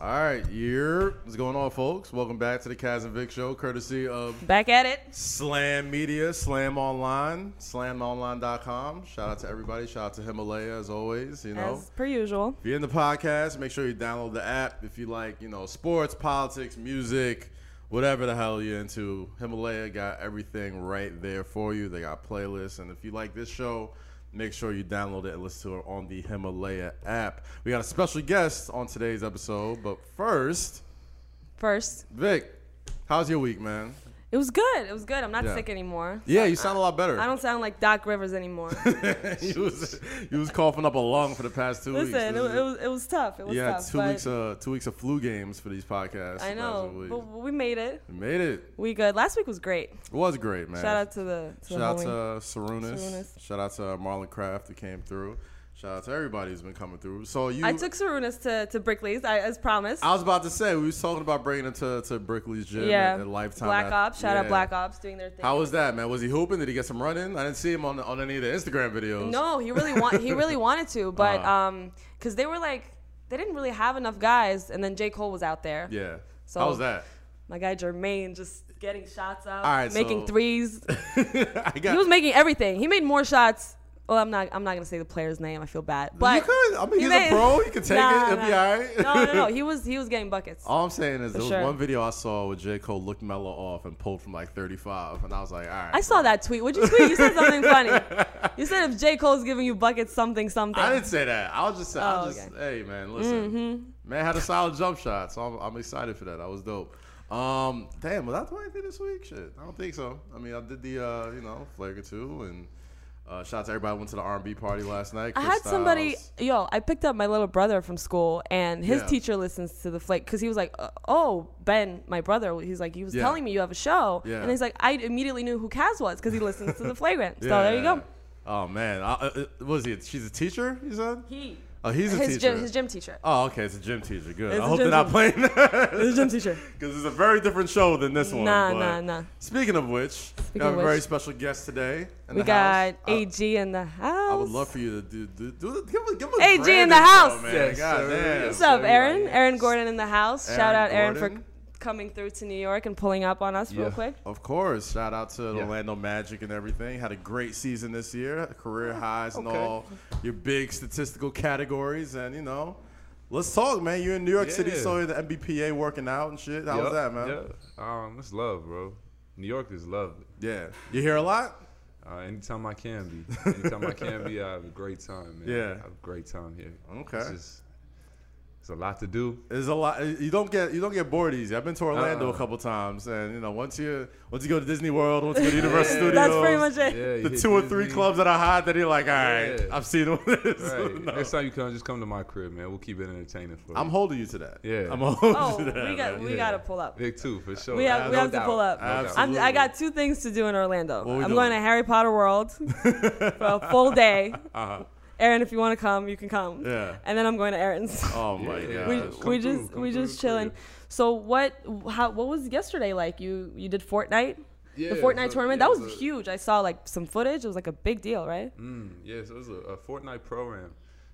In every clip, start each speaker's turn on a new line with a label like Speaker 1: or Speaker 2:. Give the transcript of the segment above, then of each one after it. Speaker 1: All right, year. What's going on, folks? Welcome back to the Kaz and Vic Show, courtesy of
Speaker 2: Back at it.
Speaker 1: Slam Media, Slam Online, slamonline.com. Shout out to everybody. Shout out to Himalaya, as always. You know,
Speaker 2: As per usual.
Speaker 1: if you're in the podcast, make sure you download the app. If you like, you know, sports, politics, music, whatever the hell you're into, Himalaya got everything right there for you. They got playlists. And if you like this show, make sure you download it and listen to it on the Himalaya app. We got a special guest on today's episode, but first,
Speaker 2: First,
Speaker 1: Vic, how's your week, man?
Speaker 2: it was good. It was good. I'm not
Speaker 1: Yeah.
Speaker 2: sick anymore.
Speaker 1: Yeah, you sound a lot better.
Speaker 2: I don't sound like Doc Rivers anymore.
Speaker 1: you, was, you was coughing up a lung for the past two weeks.
Speaker 2: Listen,
Speaker 1: This
Speaker 2: it, wa-
Speaker 1: is-
Speaker 2: it was it was tough. It was
Speaker 1: yeah,
Speaker 2: tough.
Speaker 1: two
Speaker 2: but
Speaker 1: weeks uh two weeks of flu games for these podcasts.
Speaker 2: I
Speaker 1: the past few
Speaker 2: know,
Speaker 1: weeks.
Speaker 2: but we made it.
Speaker 1: We made it.
Speaker 2: We good. Last week was great.
Speaker 1: It was great, man.
Speaker 2: Shout out to the to
Speaker 1: Shout
Speaker 2: the
Speaker 1: out
Speaker 2: homie.
Speaker 1: to uh, Sarunas.
Speaker 2: Sarunas.
Speaker 1: Shout out to uh, Marlon Craft who came through. Shout out to everybody who's been coming through. So you
Speaker 2: I took Sarunas to to Brickley's I, as promised.
Speaker 1: I was about to say we was talking about bringing it to to Brickley's gym
Speaker 2: yeah,
Speaker 1: and, and Lifetime.
Speaker 2: Black
Speaker 1: Ath-
Speaker 2: Ops. Shout out
Speaker 1: Yeah.
Speaker 2: Black Ops doing their thing.
Speaker 1: How was that, man? Was he hooping? Did he get some running? I didn't see him on on any of the Instagram videos.
Speaker 2: No, he really want he really wanted to, but
Speaker 1: Uh-huh.
Speaker 2: um, because they were like they didn't really have enough guys, and then J Cole was out there.
Speaker 1: Yeah.
Speaker 2: So-
Speaker 1: How was that?
Speaker 2: My guy Jermaine just getting shots up,
Speaker 1: All right,
Speaker 2: making
Speaker 1: so-
Speaker 2: threes.
Speaker 1: I got.
Speaker 2: He was making everything. He made more shots. Well, I'm not. I'm not gonna say the player's name. I feel bad. But
Speaker 1: you could. I mean,
Speaker 2: he
Speaker 1: he's
Speaker 2: made-
Speaker 1: a pro. You can take
Speaker 2: Nah,
Speaker 1: it. It'll be
Speaker 2: nah.
Speaker 1: all right.
Speaker 2: no, no, no. He was. He was getting buckets.
Speaker 1: All I'm saying is there was
Speaker 2: sure.
Speaker 1: one video I saw where J. Cole looked mellow off and pulled from like 35, and I was like, all right.
Speaker 2: I saw that tweet. What'd you tweet? You said something funny. You said if J Cole's giving you buckets, something, something.
Speaker 1: I didn't say that. I was just, I
Speaker 2: Oh, Mm-hmm.
Speaker 1: was just hey man, listen, man had a solid jump shot, so I'm, I'm excited for that. That was dope. Um, damn, was I doing anything this week? Shit, I don't think so. I mean, I did the, uh, you know, Flagger two, and uh, shout out to everybody who went to the R&B party last night.
Speaker 2: I
Speaker 1: Chris
Speaker 2: had somebody,
Speaker 1: Styles.
Speaker 2: yo, I picked up my little brother from school, and his
Speaker 1: Yeah.
Speaker 2: teacher listens to the flake because he was like, uh, "Oh, Ben, my brother, he's like, he was
Speaker 1: Yeah.
Speaker 2: telling me you have a show,"
Speaker 1: Yeah.
Speaker 2: and he's like, "I immediately knew who Kaz was because he listens to the flagrant." So
Speaker 1: Yeah.
Speaker 2: there you go.
Speaker 1: Oh man, I, uh, uh, was he? She's a teacher. You said?
Speaker 2: He,
Speaker 1: Oh, he's a
Speaker 2: his
Speaker 1: teacher.
Speaker 2: gym, his gym teacher,
Speaker 1: Oh, okay, it's a gym teacher. Good.
Speaker 2: It's
Speaker 1: I
Speaker 2: a
Speaker 1: hope
Speaker 2: gym
Speaker 1: they're not playing that.
Speaker 2: his gym teacher.
Speaker 1: Because it's a very different show than this one.
Speaker 2: Nah,
Speaker 1: but-
Speaker 2: nah, nah.
Speaker 1: Speaking of which, we
Speaker 2: of
Speaker 1: have a
Speaker 2: which.
Speaker 1: very special guest today. In
Speaker 2: We
Speaker 1: the house.
Speaker 2: got
Speaker 1: I-
Speaker 2: AG in the house.
Speaker 1: I would love for you to do, do, do give him give him a
Speaker 2: AG
Speaker 1: grand
Speaker 2: in the
Speaker 1: intro,
Speaker 2: house.
Speaker 1: man.
Speaker 3: Yes,
Speaker 1: God
Speaker 3: sir.
Speaker 1: damn.
Speaker 3: Yes,
Speaker 2: What's up,
Speaker 3: Everybody
Speaker 2: Aaron?
Speaker 3: is-
Speaker 2: Aaron Gordon in the house. Shout
Speaker 1: Aaron
Speaker 2: out Aaron
Speaker 1: Gordon.
Speaker 2: for coming through to New York and pulling up on us real
Speaker 3: Yeah.
Speaker 2: quick.
Speaker 1: Of course. Shout out to the
Speaker 3: Yeah.
Speaker 1: Orlando Magic and everything. Had a great season this year, career
Speaker 2: Oh,
Speaker 1: highs and
Speaker 3: okay.
Speaker 1: all your big statistical categories. And you know, let's talk, man. You're in New York City,
Speaker 3: Yeah.
Speaker 1: so you're the MBPA working out and shit. How was
Speaker 3: Yeah,
Speaker 1: that, man?
Speaker 3: yeah. Um, it's love, bro. New York is love.
Speaker 1: yeah. You hear a lot.
Speaker 3: Uh, anytime I can be, anytime I can be, I have a great time. Man.
Speaker 1: Yeah.
Speaker 3: I have a great time here.
Speaker 1: Okay.
Speaker 3: it's, just, it's a lot to do.
Speaker 1: There's a lot. You don't get you don't get bored easy. I've been to Orlando a
Speaker 3: Uh-uh.
Speaker 1: couple times, and you know once you once you go to Disney World, once you go to Universal Studios,
Speaker 2: That's pretty much
Speaker 3: Yeah,
Speaker 2: it.
Speaker 3: you
Speaker 1: the
Speaker 3: hit
Speaker 1: two or three
Speaker 3: Disney.
Speaker 1: clubs that I hide that you're like, all right,
Speaker 3: Yeah.
Speaker 1: I've seen all this.
Speaker 3: Right.
Speaker 1: No.
Speaker 3: Next time you come, just come to my crib, man. We'll keep it entertaining for you.
Speaker 1: I'm holding you to that.
Speaker 3: Yeah.
Speaker 1: I'm holding you
Speaker 2: Oh,
Speaker 1: to that.
Speaker 2: we got
Speaker 1: man.
Speaker 2: we
Speaker 3: Yeah.
Speaker 2: gotta pull up.
Speaker 3: big too for sure.
Speaker 2: We have- we
Speaker 3: No
Speaker 2: have to
Speaker 3: doubt.
Speaker 2: pull up.
Speaker 3: No doubt.
Speaker 2: I'm, I
Speaker 1: Absolutely.
Speaker 2: got two things to do in Orlando.
Speaker 1: What we
Speaker 2: I'm
Speaker 1: doing?
Speaker 2: going to Harry Potter World for a full day.
Speaker 1: Uh-huh.
Speaker 2: Aaron, if you want to come, you can come.
Speaker 1: Yeah.
Speaker 2: And then I'm going to Aaron's.
Speaker 1: Oh my
Speaker 3: Yeah.
Speaker 2: we
Speaker 1: gosh.
Speaker 3: come
Speaker 2: we
Speaker 3: through,
Speaker 2: just
Speaker 3: come
Speaker 2: we
Speaker 3: through
Speaker 2: just
Speaker 3: the crib.
Speaker 2: chilling. So what how what was yesterday like? You you did Fortnite? the
Speaker 3: Yeah,
Speaker 2: Fortnite
Speaker 3: so-
Speaker 2: tournament?
Speaker 3: yeah,
Speaker 2: that was
Speaker 3: so-
Speaker 2: huge. I saw like some footage. It was like a big deal, right?
Speaker 1: Mm-hmm.
Speaker 3: Mm, yeah, so it was a, a Fortnite program,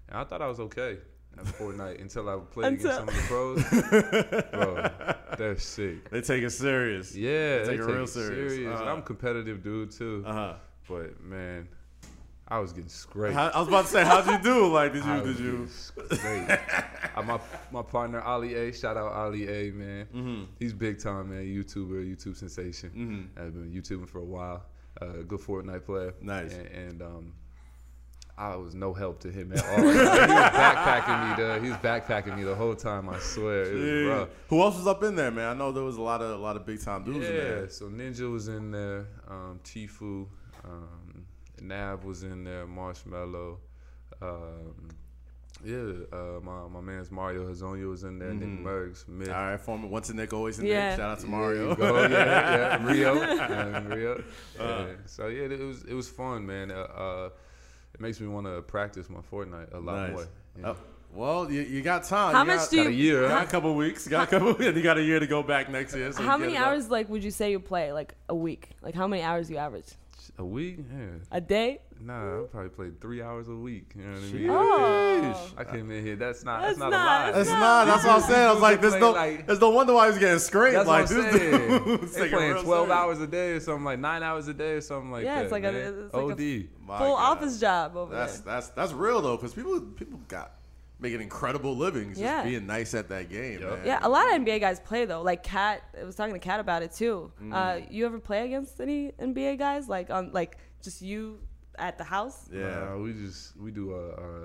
Speaker 3: and I thought I was okay at Fortnite until I played
Speaker 2: Until-
Speaker 3: against some of the pros. Bro, they're sick.
Speaker 1: they take it serious.
Speaker 3: Yeah,
Speaker 1: take it real serious.
Speaker 3: And
Speaker 1: Uh-huh.
Speaker 3: I'm a competitive dude too,
Speaker 1: Uh-huh.
Speaker 3: but man, I was getting scraped.
Speaker 1: How, I was about to say, how'd you do? Like, did
Speaker 3: I
Speaker 1: you
Speaker 3: was
Speaker 1: did you?
Speaker 3: getting scraped. Uh, my my partner Ali A, shout out Ali A, man.
Speaker 1: Mm-hmm.
Speaker 3: He's big time, man. YouTuber, YouTube sensation. I've been YouTubing for a while. Uh, good Fortnite player.
Speaker 1: Nice.
Speaker 3: And, and um, I was no help to him at all. he was backpacking me, duh. He was backpacking me the whole time. I swear, it was
Speaker 1: Yeah.
Speaker 3: rough.
Speaker 1: Who else was up in there, man? I know there was a lot of a lot of big time dudes in
Speaker 3: Yeah,
Speaker 1: there.
Speaker 3: so Ninja was in there, um, Tifu, um, Nav was in there, Marshmallow. Um, yeah, uh, my, my man's Mario Hazonia was in there, Nick Mergs, Mitch.
Speaker 1: All right, former once a Nick, always a
Speaker 2: Yeah.
Speaker 1: Nick. Shout out to
Speaker 3: There
Speaker 1: Mario.
Speaker 3: you go. yeah, yeah, Rio, yeah, Rio. Yeah. So yeah, it was it was fun, man. Uh, uh, it makes me want to practice my Fortnite a lot
Speaker 1: Nice.
Speaker 3: more. you know.
Speaker 1: Oh, well, you, you got time.
Speaker 2: How
Speaker 1: You
Speaker 2: much
Speaker 1: got-
Speaker 2: do
Speaker 3: Got a year.
Speaker 1: You got a couple weeks. You got a couple. weeks. You got a year to go back next year. so
Speaker 2: How
Speaker 1: you
Speaker 2: many
Speaker 1: get it up.
Speaker 2: hours like would you say you play like a week? Like how many hours you average?
Speaker 3: A week? Yeah.
Speaker 2: A day?
Speaker 3: Nah, I probably played three hours a week. You know what I mean?
Speaker 2: Oh.
Speaker 3: I came in here. That's not.
Speaker 2: That's
Speaker 3: That's, not,
Speaker 2: not-
Speaker 3: a lie.
Speaker 1: That's
Speaker 2: No.
Speaker 1: not. That's what I'm saying. I was like,
Speaker 3: This
Speaker 1: there's no,
Speaker 3: nigga playing like-
Speaker 1: there's no wonder why he's getting scraped.
Speaker 3: That's
Speaker 1: like
Speaker 3: what I'm
Speaker 1: this
Speaker 3: saying.
Speaker 1: dude,
Speaker 3: they playing twelve hours a day or something like nine hours a day or something like
Speaker 2: Yeah,
Speaker 3: that.
Speaker 2: it's like a-
Speaker 3: man.
Speaker 2: it's like a-
Speaker 3: OD.
Speaker 2: Full office job over
Speaker 1: That's
Speaker 2: there.
Speaker 1: that's that's real though, because people people got making incredible livings just
Speaker 2: Yeah.
Speaker 1: being nice at that game.
Speaker 3: Yup.
Speaker 1: Man.
Speaker 2: Yeah, a lot of NBA guys play though. Like Cat, I was talking to Cat about it too.
Speaker 1: Mm.
Speaker 2: Uh, you ever play against any NBA guys? Like on like just you at the house?
Speaker 1: Yeah.
Speaker 3: Nah, we just we do uh,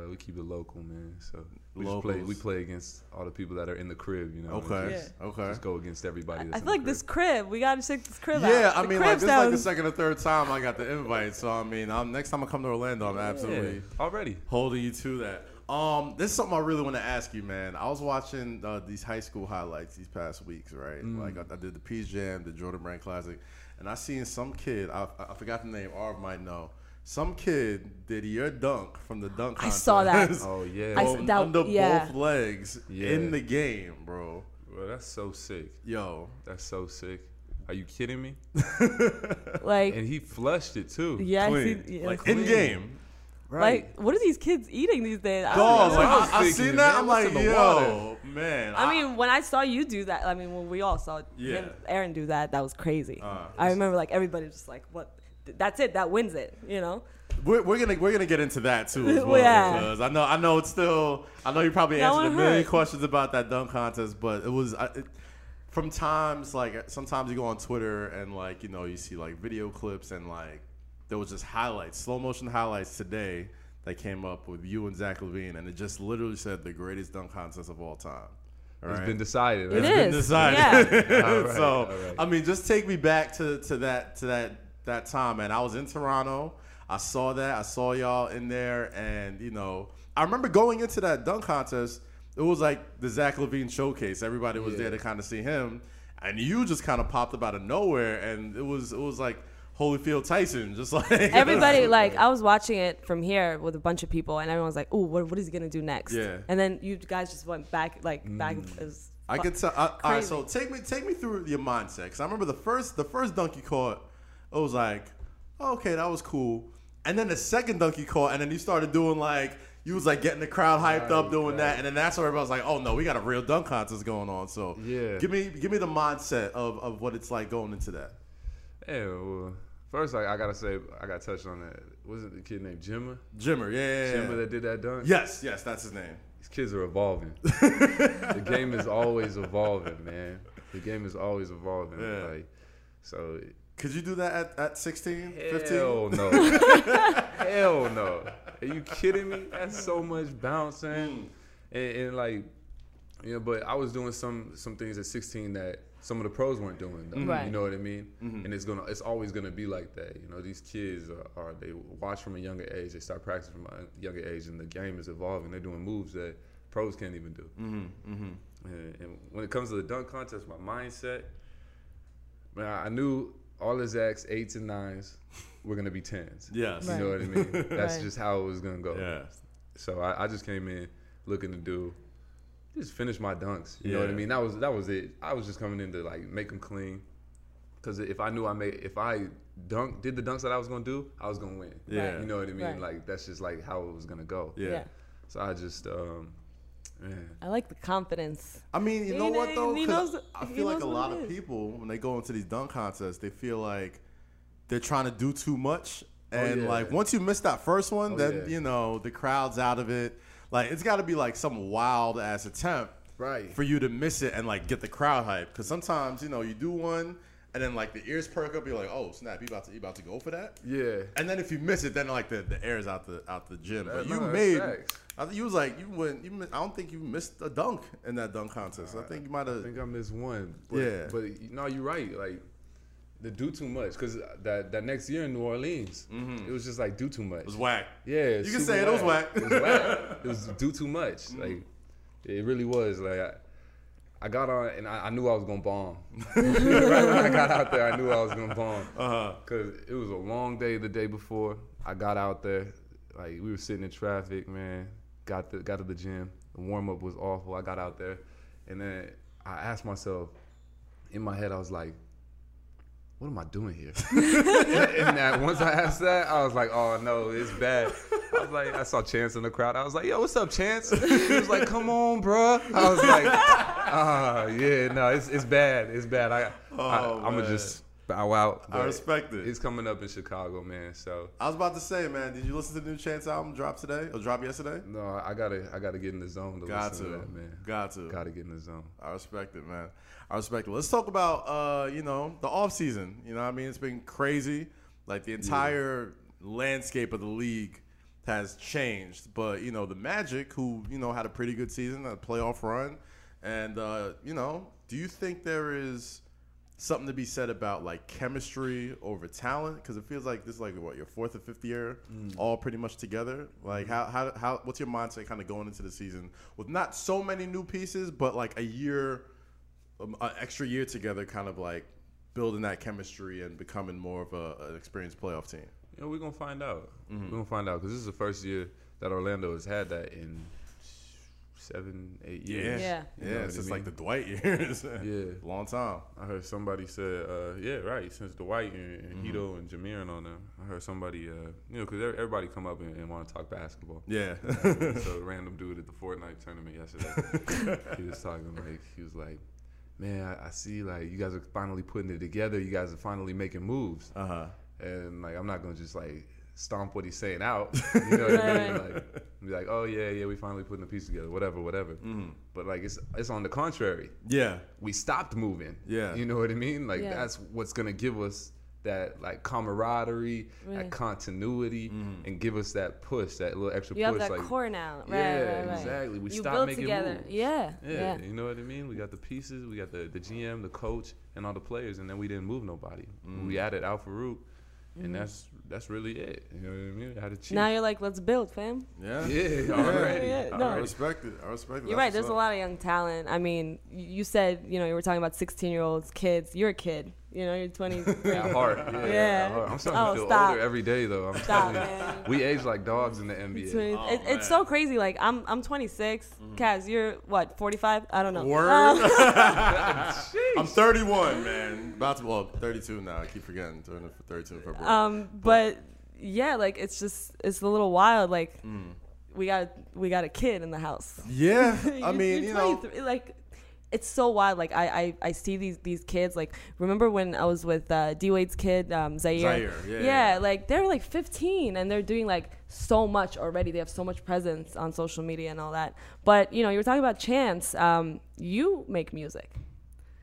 Speaker 3: uh we keep it local, man. So we just play
Speaker 1: Locals.
Speaker 3: we play against all the people that are in the crib, you know. and
Speaker 1: Okay.
Speaker 3: Just,
Speaker 1: Okay.
Speaker 3: Just go against everybody. That's
Speaker 2: I
Speaker 3: in
Speaker 2: feel
Speaker 3: the
Speaker 2: like
Speaker 3: crib.
Speaker 2: this crib. We gotta check this crib out.
Speaker 1: Yeah, I
Speaker 2: The
Speaker 1: mean,
Speaker 2: crib
Speaker 1: like this is like the
Speaker 2: sounds-
Speaker 1: second or third time I got the invite, so I mean, i next time I come to Orlando, I'm absolutely
Speaker 3: Yeah, already.
Speaker 1: holding you to that. Um, this is something I really want to ask you, man. I was watching uh, these high school highlights these past weeks, right?
Speaker 3: Mm.
Speaker 1: Like I, I did the Peace Jam, the Jordan Brand Classic, and I seen some kid. I, I forgot the name. Arv might know. Some kid did your dunk from the dunk.
Speaker 2: I saw that.
Speaker 1: contest.
Speaker 3: Oh yeah.
Speaker 2: I s-
Speaker 1: Oh,
Speaker 2: that-
Speaker 1: under
Speaker 2: yeah.
Speaker 1: both legs
Speaker 3: Yeah.
Speaker 1: in the game, bro.
Speaker 3: Bro, that's so sick.
Speaker 1: Yo,
Speaker 3: That's so sick. Are you kidding me?
Speaker 2: like
Speaker 3: And he flushed it too.
Speaker 2: yeah, I see,
Speaker 1: clean.
Speaker 2: yeah.
Speaker 3: Like,
Speaker 2: Like,
Speaker 1: in game.
Speaker 2: what are these kids eating these days? I don't
Speaker 1: Dog,
Speaker 2: know.
Speaker 1: like,
Speaker 3: I was
Speaker 1: I, I
Speaker 3: thinking,
Speaker 1: seen that.
Speaker 3: man,
Speaker 1: I'm
Speaker 3: what's
Speaker 1: like,
Speaker 3: in the
Speaker 1: yo, man.
Speaker 2: I mean, when I saw you do that, I mean, when we all saw
Speaker 1: Yeah.
Speaker 2: him, Aaron do that, that was crazy.
Speaker 1: Uh.
Speaker 2: I remember like everybody just like, what? That's it. That wins it. You know?
Speaker 1: We're, we're gonna we're gonna get into that too as well
Speaker 2: Yeah.
Speaker 1: because I know I know it's still I know you probably
Speaker 2: That
Speaker 1: answered a
Speaker 2: one
Speaker 1: million
Speaker 2: hurt.
Speaker 1: questions about that dunk contest, but it was I, it, from times like sometimes you go on Twitter and like you know you see like video clips and like there was just highlights, slow motion highlights today that came up with you and Zach Levine, and it just literally said the greatest dunk contest of all time. All
Speaker 3: It's
Speaker 1: right?
Speaker 3: been decided.
Speaker 2: It
Speaker 3: right?
Speaker 1: been
Speaker 2: is.
Speaker 1: decided.
Speaker 3: All right,
Speaker 1: so
Speaker 3: all right.
Speaker 1: I mean, just take me back to, to that to that that time, man. I was in Toronto. I saw that. I saw y'all in there, and you know, I remember going into that dunk contest. It was like the Zach Levine showcase. Everybody was
Speaker 3: Yeah.
Speaker 1: there to kind of see him, and you just kind of popped up out of nowhere, and it was it was like Holyfield Tyson, just like
Speaker 2: Everybody like I was watching it from here with a bunch of people, and everyone was like, "Ooh, what, what is he gonna do next?"
Speaker 1: Yeah.
Speaker 2: And then you guys just went back, like back. It was
Speaker 1: I
Speaker 2: fu-
Speaker 1: could tell. I, all right,
Speaker 2: Crazy.
Speaker 1: so take me take me through your mindset. Cause I remember the first the first dunk you caught. It was like, okay, that was cool. And then the second dunk you caught, and then you started doing like you was like getting the crowd hyped up
Speaker 3: Right,
Speaker 1: doing that,
Speaker 3: right.
Speaker 1: and then that's where everybody was like, oh no, we got a real dunk contest going on. So
Speaker 3: Yeah.
Speaker 1: give me give me the mindset of of what it's like going into that.
Speaker 3: Yeah, well, first like, I gotta say I got touched on that. Wasn't the kid named Jimmer?
Speaker 1: Jimmer, yeah, yeah,
Speaker 3: Jimmer
Speaker 1: yeah.
Speaker 3: that did that dunk?
Speaker 1: yes, yes, that's his name.
Speaker 3: These kids are evolving. the game is always evolving, man. The game is always evolving.
Speaker 1: Yeah.
Speaker 3: Like so
Speaker 1: Could you do that at, at 16, 15?
Speaker 3: Hell no. Hell no. Are you kidding me? That's so much bouncing. And, and like, you know, but I was doing some some things at 16 that some of the pros weren't doing. Though,
Speaker 2: Right.
Speaker 3: You know what I mean? And it's gonna it's always gonna be like that. You know, these kids are, are they watch from a younger age, they start practicing from a younger age, and the game is evolving. They're doing moves that pros can't even do. And, and when it comes to the dunk contest, my mindset, man, I knew all his acts, eights and nines, were gonna be tens.
Speaker 1: Yes.
Speaker 3: You know what I mean? That's
Speaker 2: Right.
Speaker 3: just how it was gonna go.
Speaker 1: Yes.
Speaker 3: So I, I just came in looking to do just finish my dunks. You know what I
Speaker 1: Yeah.
Speaker 3: mean? That was that was it. I was just coming in to like make them clean. Cause if I knew I made if I dunk did the dunks that I was gonna do, I was gonna win.
Speaker 1: Yeah.
Speaker 3: You know what I mean?
Speaker 2: Right.
Speaker 3: Like that's just like how it was gonna go.
Speaker 1: Yeah.
Speaker 2: yeah.
Speaker 3: So I just um man.
Speaker 2: I like the confidence.
Speaker 1: I mean, you
Speaker 2: He
Speaker 1: know
Speaker 2: kn-
Speaker 1: what though?
Speaker 2: he
Speaker 1: 'Cause
Speaker 2: knows-
Speaker 1: I
Speaker 2: he
Speaker 1: feel like
Speaker 2: knows
Speaker 1: a
Speaker 2: what
Speaker 1: lot
Speaker 2: it
Speaker 1: of
Speaker 2: is.
Speaker 1: people when they go into these dunk contests, they feel like they're trying to do too much, and
Speaker 3: Oh, yeah.
Speaker 1: like once you miss that first one,
Speaker 3: Oh,
Speaker 1: then
Speaker 3: yeah.
Speaker 1: you know the crowd's out of it. Like it's got to be like some wild ass attempt,
Speaker 3: Right.
Speaker 1: for you to miss it and like get the crowd hype. Because sometimes you know you do one, and then like the ears perk up. You're like, oh snap, you about to you about to go for that?
Speaker 3: Yeah.
Speaker 1: And then if you miss it, then like the, the air's out the out the gym. But
Speaker 3: no,
Speaker 1: you
Speaker 3: that's
Speaker 1: made,
Speaker 3: facts.
Speaker 1: I think you was like you went. You mi- I don't think you missed a dunk in that dunk contest. I think you might
Speaker 3: I
Speaker 1: have.
Speaker 3: think I missed one. But,
Speaker 1: Yeah.
Speaker 3: But no, you're right. Like, the do too much because that that next year in New Orleans, it was just like do too much.
Speaker 1: Mm-hmm. It was whack.
Speaker 3: yeah,
Speaker 1: you can say it was whack.
Speaker 3: It was whack. it was do too much. Like, it really was. Like, I, I got on and I, I knew I was gonna bomb. right when I got out there, I knew I was gonna bomb.
Speaker 1: Uh-huh.
Speaker 3: Cause it was a long day the day before. I got out there, like we were sitting in traffic, man. Got the got to the gym. The warm up was awful. I got out there, and then I asked myself, in my head, I was like, what am I doing here? and that once I asked that, I was like, oh no, it's bad. I was like, I saw Chance in the crowd. I was like, yo, what's up, Chance? He was like, come on, bruh. I was like, ah, yeah, no, it's it's bad, it's bad. I,
Speaker 1: Oh,
Speaker 3: I I'm gonna
Speaker 1: man.
Speaker 3: just bow out.
Speaker 1: I
Speaker 3: but
Speaker 1: respect it.
Speaker 3: He's coming up in Chicago, man. So
Speaker 1: I was about to say, man, did you listen to the new Chance album drop today or drop yesterday?
Speaker 3: no, I gotta I gotta get in the zone to
Speaker 1: Got to,
Speaker 3: listen to that, man.
Speaker 1: got to.
Speaker 3: Gotta get in the zone.
Speaker 1: I respect it, man. I respect it. Let's talk about uh, you know, the off season. You know what I mean? It's been crazy. Like the entire landscape of the league has changed. But, you know, the Magic, who, you know, had a pretty good season, a playoff run, and uh, you know, do you think there is something to be said about like chemistry over talent because it feels like this is like what your fourth or fifth year
Speaker 3: Mm.
Speaker 1: all pretty much together like how, how how what's your mindset kind of going into the season with not so many new pieces but like a year um, an extra year together kind of like building that chemistry and becoming more of a, an experienced playoff team
Speaker 3: You know, we're gonna find out. We're gonna find out because this is the first year that Orlando has had that in seven, eight years.
Speaker 2: Yeah.
Speaker 1: yeah,
Speaker 3: You know what
Speaker 1: it's
Speaker 3: I
Speaker 1: just like the
Speaker 3: mean?
Speaker 1: dwight years
Speaker 3: Yeah.
Speaker 1: long time
Speaker 3: I heard somebody said, uh, yeah, right. Since Dwight and, and Hito and Jameer and all them, I heard somebody, uh, you know, because everybody come up and, and want to talk basketball.
Speaker 1: yeah
Speaker 3: so a random dude at the Fortnite tournament yesterday, he was talking like he was like, "Man, I, I see like you guys are finally putting it together. You guys are finally making moves."
Speaker 1: uh-huh
Speaker 3: and like I'm not gonna just like stomp what he's saying out. You know what I mean?
Speaker 2: Right.
Speaker 3: Like be like, oh yeah, yeah, we finally putting the piece together, whatever, whatever. But like it's it's on the contrary,
Speaker 1: yeah
Speaker 3: we stopped moving.
Speaker 1: Yeah.
Speaker 3: you know what I mean? Like
Speaker 2: Yeah.
Speaker 3: that's what's gonna give us that like camaraderie,
Speaker 2: Right.
Speaker 3: that continuity, and give us that push, that little extra
Speaker 2: You
Speaker 3: push.
Speaker 2: have that
Speaker 3: like
Speaker 2: core now. Right,
Speaker 3: yeah,
Speaker 2: right, right.
Speaker 3: exactly. We
Speaker 2: you
Speaker 3: stopped
Speaker 2: build
Speaker 3: making
Speaker 2: together.
Speaker 3: moves.
Speaker 2: Yeah, yeah.
Speaker 3: yeah, you know what I mean. We got the pieces, we got the, the GM, the coach, and all the players, and then we didn't move nobody. We added Al Farouk, and that's that's really it. You know what I mean? How to cheat?
Speaker 2: Mm-hmm. Now you're like, let's build, fam.
Speaker 1: yeah
Speaker 3: yeah, already.
Speaker 2: Yeah, no.
Speaker 1: I
Speaker 3: already.
Speaker 1: respect it. I respect it.
Speaker 2: You're right. There's a lot of young talent. I mean, y- you said you know you were talking about 16 year olds, kids. You're a kid. You know, you're 20.
Speaker 3: At heart, yeah.
Speaker 2: Yeah.
Speaker 3: At heart. I'm starting
Speaker 2: Oh,
Speaker 3: to feel
Speaker 2: stop.
Speaker 3: older every day, though. I'm
Speaker 2: Stop,
Speaker 3: telling you.
Speaker 2: man.
Speaker 3: we age like dogs in the NBA.
Speaker 2: Twenty-
Speaker 1: Oh,
Speaker 2: it,
Speaker 1: man. Mm-hmm.
Speaker 2: it's so crazy. Like I'm, I'm 26. Kaz, you're what? 45? I don't know.
Speaker 1: Word.
Speaker 2: Um,
Speaker 1: I'm 31, man. About to, well, 32 now. I keep forgetting. Turning for 32 in February.
Speaker 2: um, but yeah, like it's just it's a little wild. Like
Speaker 1: Mm.
Speaker 2: we got we got a kid in the house.
Speaker 1: yeah, I
Speaker 2: You're-
Speaker 1: mean,
Speaker 2: you're
Speaker 1: you know,
Speaker 2: 23, like it's so wild. Like I, I, I see these these kids. Like remember when I was with uh, D Wade's kid, um, Zaire.
Speaker 1: Zaire, yeah,
Speaker 2: yeah.
Speaker 1: yeah.
Speaker 2: Like they're like 15 and they're doing like so much already. They have so much presence on social media and all that. But you know, you were talking about Chance. Um, you make music.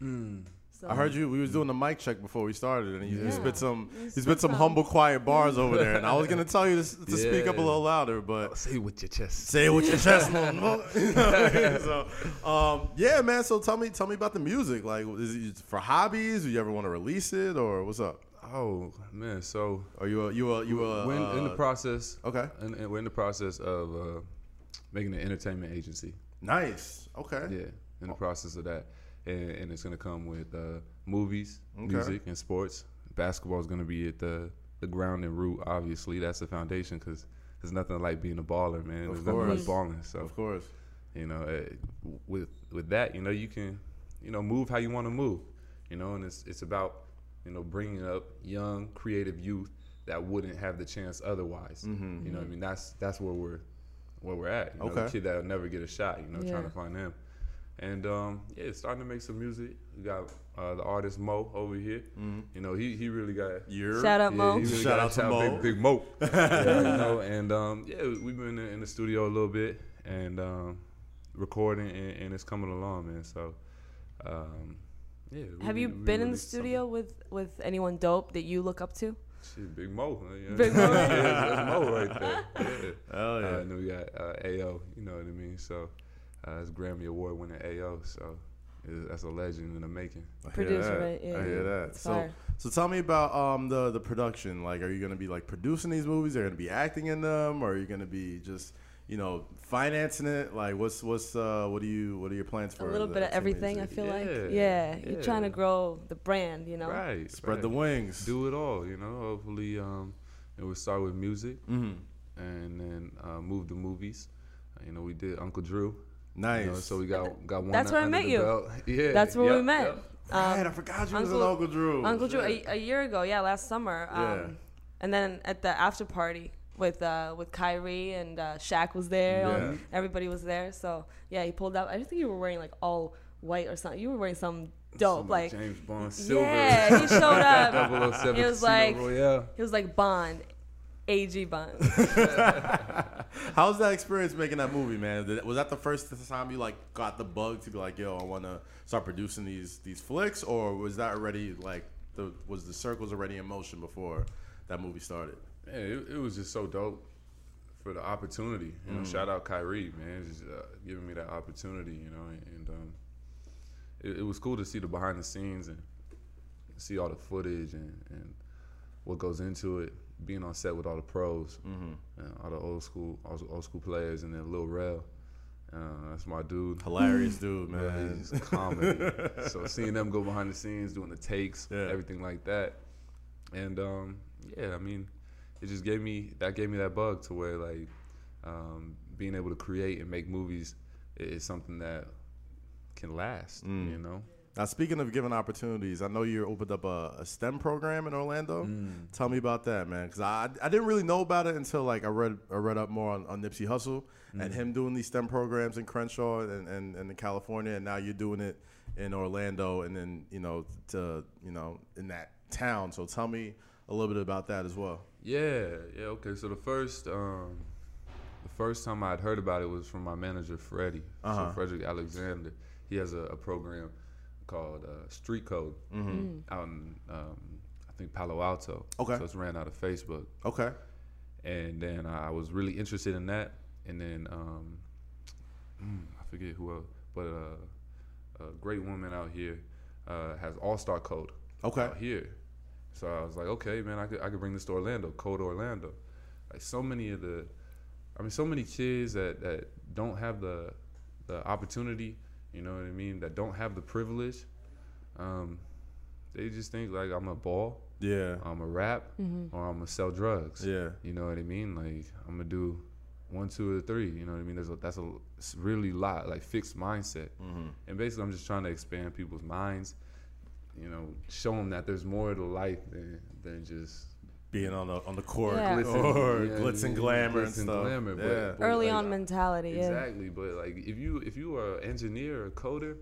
Speaker 2: So,
Speaker 1: I heard you. We was doing the mic check before we started, and you you
Speaker 2: Yeah.
Speaker 1: spit some.
Speaker 2: You
Speaker 1: You
Speaker 2: spit
Speaker 1: spit some
Speaker 2: some.
Speaker 1: humble, quiet bars over there, and I was gonna tell you to, s- to speak up a
Speaker 3: Yeah.
Speaker 1: little louder, but
Speaker 3: Say it with your chest.
Speaker 1: say it with your chest, little mo- You know what I mean? so, um, yeah, man. So tell me, tell me about the music. Like, is it for hobbies? Do you ever want to release it, or what's up?
Speaker 3: Oh man, so
Speaker 1: Are you a, you a, you a,
Speaker 3: we're in, in the
Speaker 1: uh,
Speaker 3: process.
Speaker 1: okay.
Speaker 3: and, we're in the process of uh, making an entertainment agency.
Speaker 1: nice. Okay.
Speaker 3: Yeah, in the process of that, and, and it's gonna come with uh, movies, music, and sports. Basketball is gonna be at the the ground and root. Obviously, that's the foundation because there's nothing like being a baller, man.
Speaker 1: Of
Speaker 3: there's nothing
Speaker 1: course.
Speaker 3: like balling. So
Speaker 1: Of course.
Speaker 3: you know, eh, with with that, you know, you can you know move how you want to move. You know, and it's it's about you know bringing up young creative youth that wouldn't have the chance otherwise. You know, what I mean that's that's where we're where we're at. You know, the
Speaker 1: Okay.
Speaker 3: kid that'll never get a shot. You know, trying
Speaker 2: Yeah.
Speaker 3: to find him. And um, yeah, starting to make some music. We got uh, the artist Mo over here. You know, he he really got
Speaker 1: You're
Speaker 2: Shout out
Speaker 3: yeah,
Speaker 2: Mo.
Speaker 3: he really
Speaker 1: Shout
Speaker 3: gotta
Speaker 1: out to
Speaker 3: shout
Speaker 1: Mo.
Speaker 3: Big, big Mo. Yeah, you know, and um, yeah, we've been in, in the studio a little bit and um, recording, and, and it's coming along, man. So, um, yeah. we-
Speaker 2: Have you
Speaker 3: we
Speaker 2: been in the
Speaker 3: released something.
Speaker 2: studio with with anyone dope that you look up to?
Speaker 3: Shit, Big Mo. huh? Yeah.
Speaker 2: Big Mo.
Speaker 3: Yeah, that's Mo right there.
Speaker 1: Hell
Speaker 3: Yeah.
Speaker 1: Oh, yeah.
Speaker 3: Uh, and then we got uh, AO, you know what I mean? So, uh, it's Grammy Award winning AO. So, it, that's a legend in the making.
Speaker 1: I hear
Speaker 2: Producer,
Speaker 1: that.
Speaker 2: right? Yeah.
Speaker 1: I hear that.
Speaker 2: It's
Speaker 1: Uh, So,
Speaker 2: fire.
Speaker 1: so tell me about um the the production. Like, are you gonna be like producing these movies? Are you gonna be acting in them? Or are you gonna be just you know financing it? Like, what's what's uh what do you what are your plans
Speaker 2: A
Speaker 1: for?
Speaker 2: little
Speaker 1: the
Speaker 2: bit of
Speaker 1: team
Speaker 2: everything. I
Speaker 1: agency?
Speaker 2: feel like,
Speaker 3: Yeah,
Speaker 2: yeah, you're trying to
Speaker 3: yeah.
Speaker 2: grow the brand, you know.
Speaker 3: Right.
Speaker 1: Spread
Speaker 3: right.
Speaker 1: the wings.
Speaker 3: do it all, you know. Hopefully, um, it would start with music
Speaker 1: Mhm.
Speaker 3: and then uh, move to movies. Uh, you know, we did Uncle Drew. you know,
Speaker 1: Nice.
Speaker 3: so we got got one.
Speaker 2: That's where I
Speaker 3: under
Speaker 2: met
Speaker 3: the
Speaker 2: you.
Speaker 3: belt. Yeah.
Speaker 2: That's where we
Speaker 3: yep,
Speaker 2: met. Um,
Speaker 3: yep.
Speaker 1: right, I forgot you was an
Speaker 2: Uncle-
Speaker 1: Uncle Drew.
Speaker 2: Uncle Drew
Speaker 1: Shit.
Speaker 2: a, a year ago, yeah, last summer. Um,
Speaker 1: Yeah.
Speaker 2: And then at the after party with uh, with Kyrie and uh, Shaq was there.
Speaker 1: Yeah.
Speaker 2: and everybody was there. So yeah, he pulled up. I think you were wearing like all white or something. You were wearing some dope,
Speaker 3: Some
Speaker 2: like
Speaker 3: James Bond Silver.
Speaker 2: yeah. He showed up.
Speaker 3: 007
Speaker 2: It was
Speaker 3: Casino
Speaker 2: like-
Speaker 3: Royale.
Speaker 2: he was like Bond, AG Bond.
Speaker 1: How was that experience making that movie, man? Did- Was that the first time you like got the bug to be like, yo, I want to start producing these these flicks, or was that already like the was the circles already in motion before that movie started?
Speaker 3: Man, it, it was just so dope for the opportunity. You know, shout out Kyrie, man, just uh, giving me that opportunity. You know, and um, it, it was cool to see the behind the scenes and see all the footage and, and what goes into it. Being on set with all the pros, and all the old school, all, old school players, and then Lil Rel. Uh, that's my dude.
Speaker 1: Hilarious, dude,
Speaker 3: Yeah,
Speaker 1: man.
Speaker 3: it's comedy. so seeing them go behind the scenes, doing the takes,
Speaker 1: Yeah.
Speaker 3: everything like that, and um, yeah, I mean, it just gave me that gave me that bug to where like um, being able to create and make movies i- is something that can last.
Speaker 1: Mm.
Speaker 3: You know,
Speaker 1: Now, speaking of giving opportunities, I know you opened up a, a STEM program in Orlando.
Speaker 3: Mm.
Speaker 1: Tell me about that, man, because I, I didn't really know about it until like I read I read up more on, on Nipsey Hussle
Speaker 3: Mm.
Speaker 1: and him doing these STEM programs in Crenshaw and, and, and in California, and now you're doing it in Orlando and then you know to you know in that town. So tell me a little bit about that as well.
Speaker 3: yeah, yeah. Okay, so the first um, the first time I'd heard about it was from my manager Freddie,
Speaker 1: Uh-huh.
Speaker 3: so Frederick Alexander. He has a, a program called uh, Street Code
Speaker 1: Mm-hmm.
Speaker 3: out in um, I think Palo Alto.
Speaker 1: Okay.
Speaker 3: so it's ran out of Facebook,
Speaker 1: Okay,
Speaker 3: and then I was really interested in that, and then um, mm, I forget who else, but uh, a great woman out here uh, has All Star Code
Speaker 1: okay,
Speaker 3: out here. So I was like, okay, man, I could I could bring this to Orlando, Code Orlando. Like so many of the, I mean, so many kids that that don't have the the opportunity, you know what I mean, that don't have the privilege. Um, they just think like I'm a ball,
Speaker 1: yeah, Mm-hmm.
Speaker 3: I'm a rap, or I'm gonna sell drugs.
Speaker 1: yeah,
Speaker 3: You know what I mean? Like I'm gonna do one, two, or three. You know what I mean? There's a, that's a it's really lot like fixed mindset.
Speaker 1: Mm-hmm.
Speaker 3: And basically, I'm just trying to expand people's minds. You know, show them that there's more to life than than just
Speaker 1: being on the on the court
Speaker 2: Yeah.
Speaker 1: or
Speaker 3: yeah,
Speaker 1: glitz and
Speaker 3: yeah,
Speaker 1: glamour
Speaker 3: glitz
Speaker 1: and stuff.
Speaker 3: glamour, but-
Speaker 1: yeah.
Speaker 3: but,
Speaker 2: Early
Speaker 3: like,
Speaker 2: on mentality. Yeah.
Speaker 3: Exactly, but like if you if you are an engineer or coder,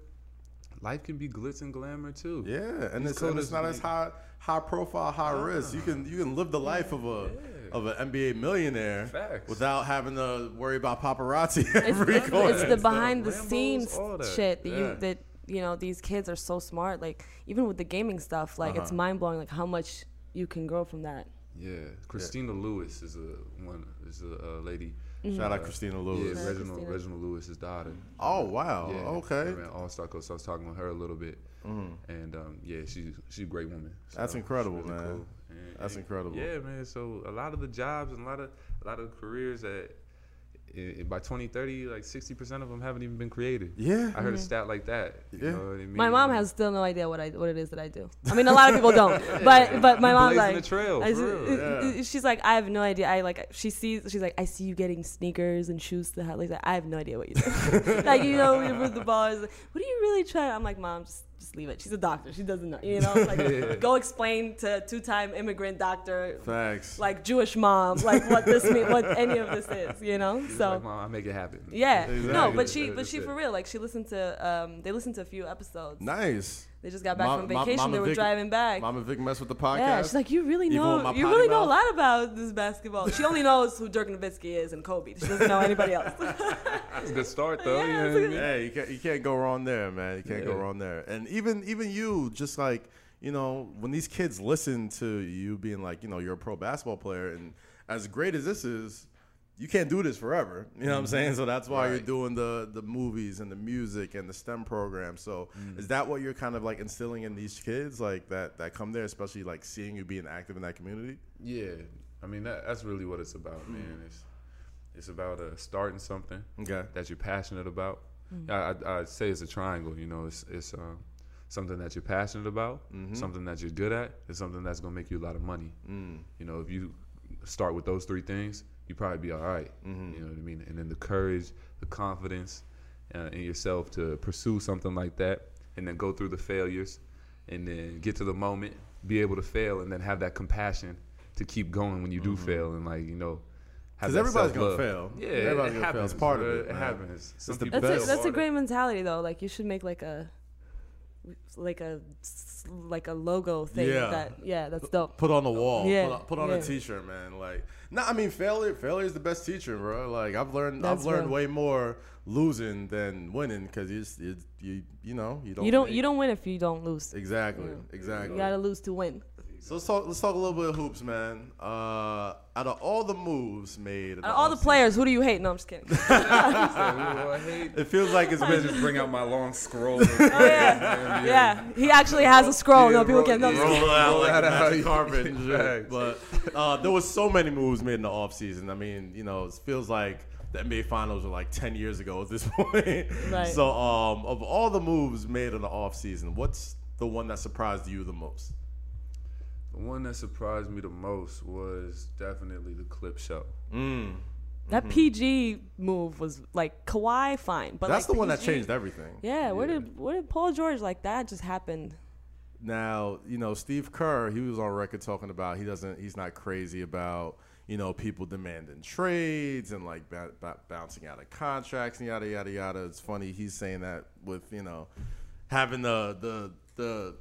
Speaker 3: life can be glitz and glamour too.
Speaker 1: Yeah, and
Speaker 3: These
Speaker 1: it's, and it's
Speaker 3: coders
Speaker 1: not as
Speaker 3: make-
Speaker 1: high high profile, high risk. You can you can live the life of a of an NBA millionaire
Speaker 3: Facts.
Speaker 1: without having to worry about paparazzi every
Speaker 2: it's,
Speaker 1: corner.
Speaker 2: it's the
Speaker 1: and stuff.
Speaker 2: behind the
Speaker 3: Lambos,
Speaker 2: scenes
Speaker 3: all that.
Speaker 2: shit that
Speaker 1: Yeah.
Speaker 2: you that you know these kids are so smart like even with the gaming stuff like it's mind blowing like how much you can grow from that
Speaker 3: Yeah, Christina Lewis is a one is a, uh lady.
Speaker 1: Shout out Christina Lewis.
Speaker 3: Yeah,
Speaker 2: Shout out
Speaker 3: Reginald
Speaker 2: Mm-hmm. Christina.
Speaker 3: Reginald Lewis's daughter.
Speaker 1: Oh wow.
Speaker 3: Yeah,
Speaker 1: okay. Mm-hmm.
Speaker 3: I All Star Coach. So I was talking with her a little bit, and um, yeah, she's she's a great woman. So
Speaker 1: That's
Speaker 3: she's
Speaker 1: incredible, man.
Speaker 3: And-
Speaker 1: That's
Speaker 3: and-
Speaker 1: incredible.
Speaker 3: Yeah, man. So a lot of the jobs and a lot of a lot of careers that i i- by 2030, like 60 percent of them haven't even been created.
Speaker 1: Yeah.
Speaker 3: I heard a stat like that. You
Speaker 1: Yeah.
Speaker 3: know what I mean?
Speaker 2: Mm-hmm. my mom has still no idea what I what it is that I do I mean a lot of people don't but but my mom's
Speaker 3: Blazing
Speaker 2: like
Speaker 3: the trail,
Speaker 2: I
Speaker 3: Oh, for
Speaker 2: s-
Speaker 3: real.
Speaker 2: uh, uh, she's like I have no idea I like she sees she's like I see you getting sneakers and shoes to the house like that. I have no idea what you do like you know you with the ball is like, what do you really try I'm like mom just just leave it she's a doctor she doesn't know you know like go explain to two time immigrant doctor
Speaker 1: Facts.
Speaker 2: like Jewish mom, like what this mean, what any of this is, you know.
Speaker 3: She's
Speaker 2: So
Speaker 3: like, mom, I make it happen.
Speaker 2: yeah, no,
Speaker 1: Exactly.
Speaker 2: but she,
Speaker 3: That's
Speaker 2: but she
Speaker 3: it.
Speaker 2: for real, like she listened to, um, they listened to a few episodes.
Speaker 1: nice.
Speaker 2: They just got back
Speaker 1: Ma-
Speaker 2: from
Speaker 1: ma-
Speaker 2: vacation.
Speaker 1: Mama
Speaker 2: they were
Speaker 1: Vic-
Speaker 2: driving back.
Speaker 1: Mama Vic mess with the podcast.
Speaker 2: yeah, she's like, uh, you really
Speaker 1: Even with my
Speaker 2: know, you
Speaker 1: potty
Speaker 2: really know a
Speaker 1: mouth.
Speaker 2: lot about this basketball. She only knows who Dirk Nowitzki is and Kobe. She doesn't know anybody else.
Speaker 3: That's a good start though. you know what I mean?
Speaker 1: Yeah, you can't you can't go wrong there, man. You can't go
Speaker 3: Yeah.
Speaker 1: wrong there. And even even you, just like you know, when these kids listen to you being like, you know, you're a pro basketball player, and as great as this is, you can't do this forever. You know what I'm saying? So that's why you're
Speaker 3: Mm-hmm.
Speaker 1: doing
Speaker 3: Right.
Speaker 1: the the movies and the music and the STEM program. So
Speaker 3: Mm-hmm.
Speaker 1: is that what you're kind of like instilling in these kids, like that that come there, especially like seeing you being active in that community?
Speaker 3: Yeah, I mean that, that's really what it's about, man. It's it's about uh, starting something
Speaker 1: Okay.
Speaker 3: that you're passionate about. I, I, I'd say it's a triangle. You know, it's it's um, something that you're passionate about, something that you're good at, and something that's gonna make you a lot of money. You know, if you start with those three things, you probably be all right.
Speaker 1: Mm-hmm.
Speaker 3: You know what I mean? And then the courage, the confidence uh, in yourself to pursue something like that, and then go through the failures, and then get to the moment, be able to fail, and then have that compassion to keep going when you do fail, and like you know, have
Speaker 1: Because
Speaker 3: that
Speaker 1: Mm-hmm. everybody's gonna
Speaker 3: self-love.
Speaker 1: fail.
Speaker 3: Yeah,
Speaker 1: Everybody's
Speaker 3: it
Speaker 1: gonna fail.
Speaker 3: happens,
Speaker 1: It's part of
Speaker 3: bro.
Speaker 1: it, man.
Speaker 3: happens. Some
Speaker 1: the
Speaker 3: people
Speaker 2: That's
Speaker 1: best.
Speaker 2: a, that's a
Speaker 3: fail.
Speaker 2: great mentality though. Like you should make like a like a like a logo thing
Speaker 1: Yeah.
Speaker 2: that yeah, that's dope.
Speaker 1: Put on the wall.
Speaker 2: Yeah,
Speaker 1: Put on, put on
Speaker 2: yeah.
Speaker 1: a t-shirt, man. Like, no, I mean, failure. Failure is the best teacher, bro. Like, I've learned.
Speaker 2: That's
Speaker 1: I've learned
Speaker 2: real.
Speaker 1: way more losing than winning because you, just- you, you, you know, you don't.
Speaker 2: You don't
Speaker 1: make-
Speaker 2: you don't win if you don't lose.
Speaker 1: Exactly.
Speaker 2: You
Speaker 1: Exactly.
Speaker 2: gotta lose to win.
Speaker 1: So let's talk. Let's talk a little bit of hoops, man. Uh, out of all the moves made, in
Speaker 2: Uh, all the
Speaker 1: offseason,
Speaker 2: players, who do you hate? No, I'm just kidding.
Speaker 3: I hate
Speaker 1: It feels like it's
Speaker 4: I
Speaker 1: been.
Speaker 4: just bring out my long scroll. and-
Speaker 2: yeah. yeah, he actually has a scroll. no,
Speaker 3: Yeah,
Speaker 2: people
Speaker 3: roll-
Speaker 2: can't. No, I'm
Speaker 3: yeah.
Speaker 2: just kidding.
Speaker 1: roll out
Speaker 3: Roll
Speaker 1: like
Speaker 3: out
Speaker 1: a
Speaker 3: of how
Speaker 1: magic
Speaker 3: you-
Speaker 1: carpet and shit.
Speaker 3: Facts.
Speaker 1: But uh, there was so many moves made in the offseason. I mean, you know, it feels like the NBA Finals were like 10 years ago at this point.
Speaker 2: Right.
Speaker 1: So um, of all the moves made in the offseason, what's the one that surprised you the most?
Speaker 3: The one that surprised me the most was definitely the clip show.
Speaker 2: That PG move was like Kawhi, fine, but
Speaker 1: That's
Speaker 2: like,
Speaker 1: the one that
Speaker 2: PG
Speaker 1: changed everything.
Speaker 2: Yeah, where did where did Paul George like that just happened?
Speaker 1: Now, you know, Steve Kerr, he was on record talking about he doesn't, he's not crazy about, you know, people demanding trades and like ba- ba- bouncing out of contracts and yada, yada, yada. It's funny he's saying that with, you know, having the, the, the,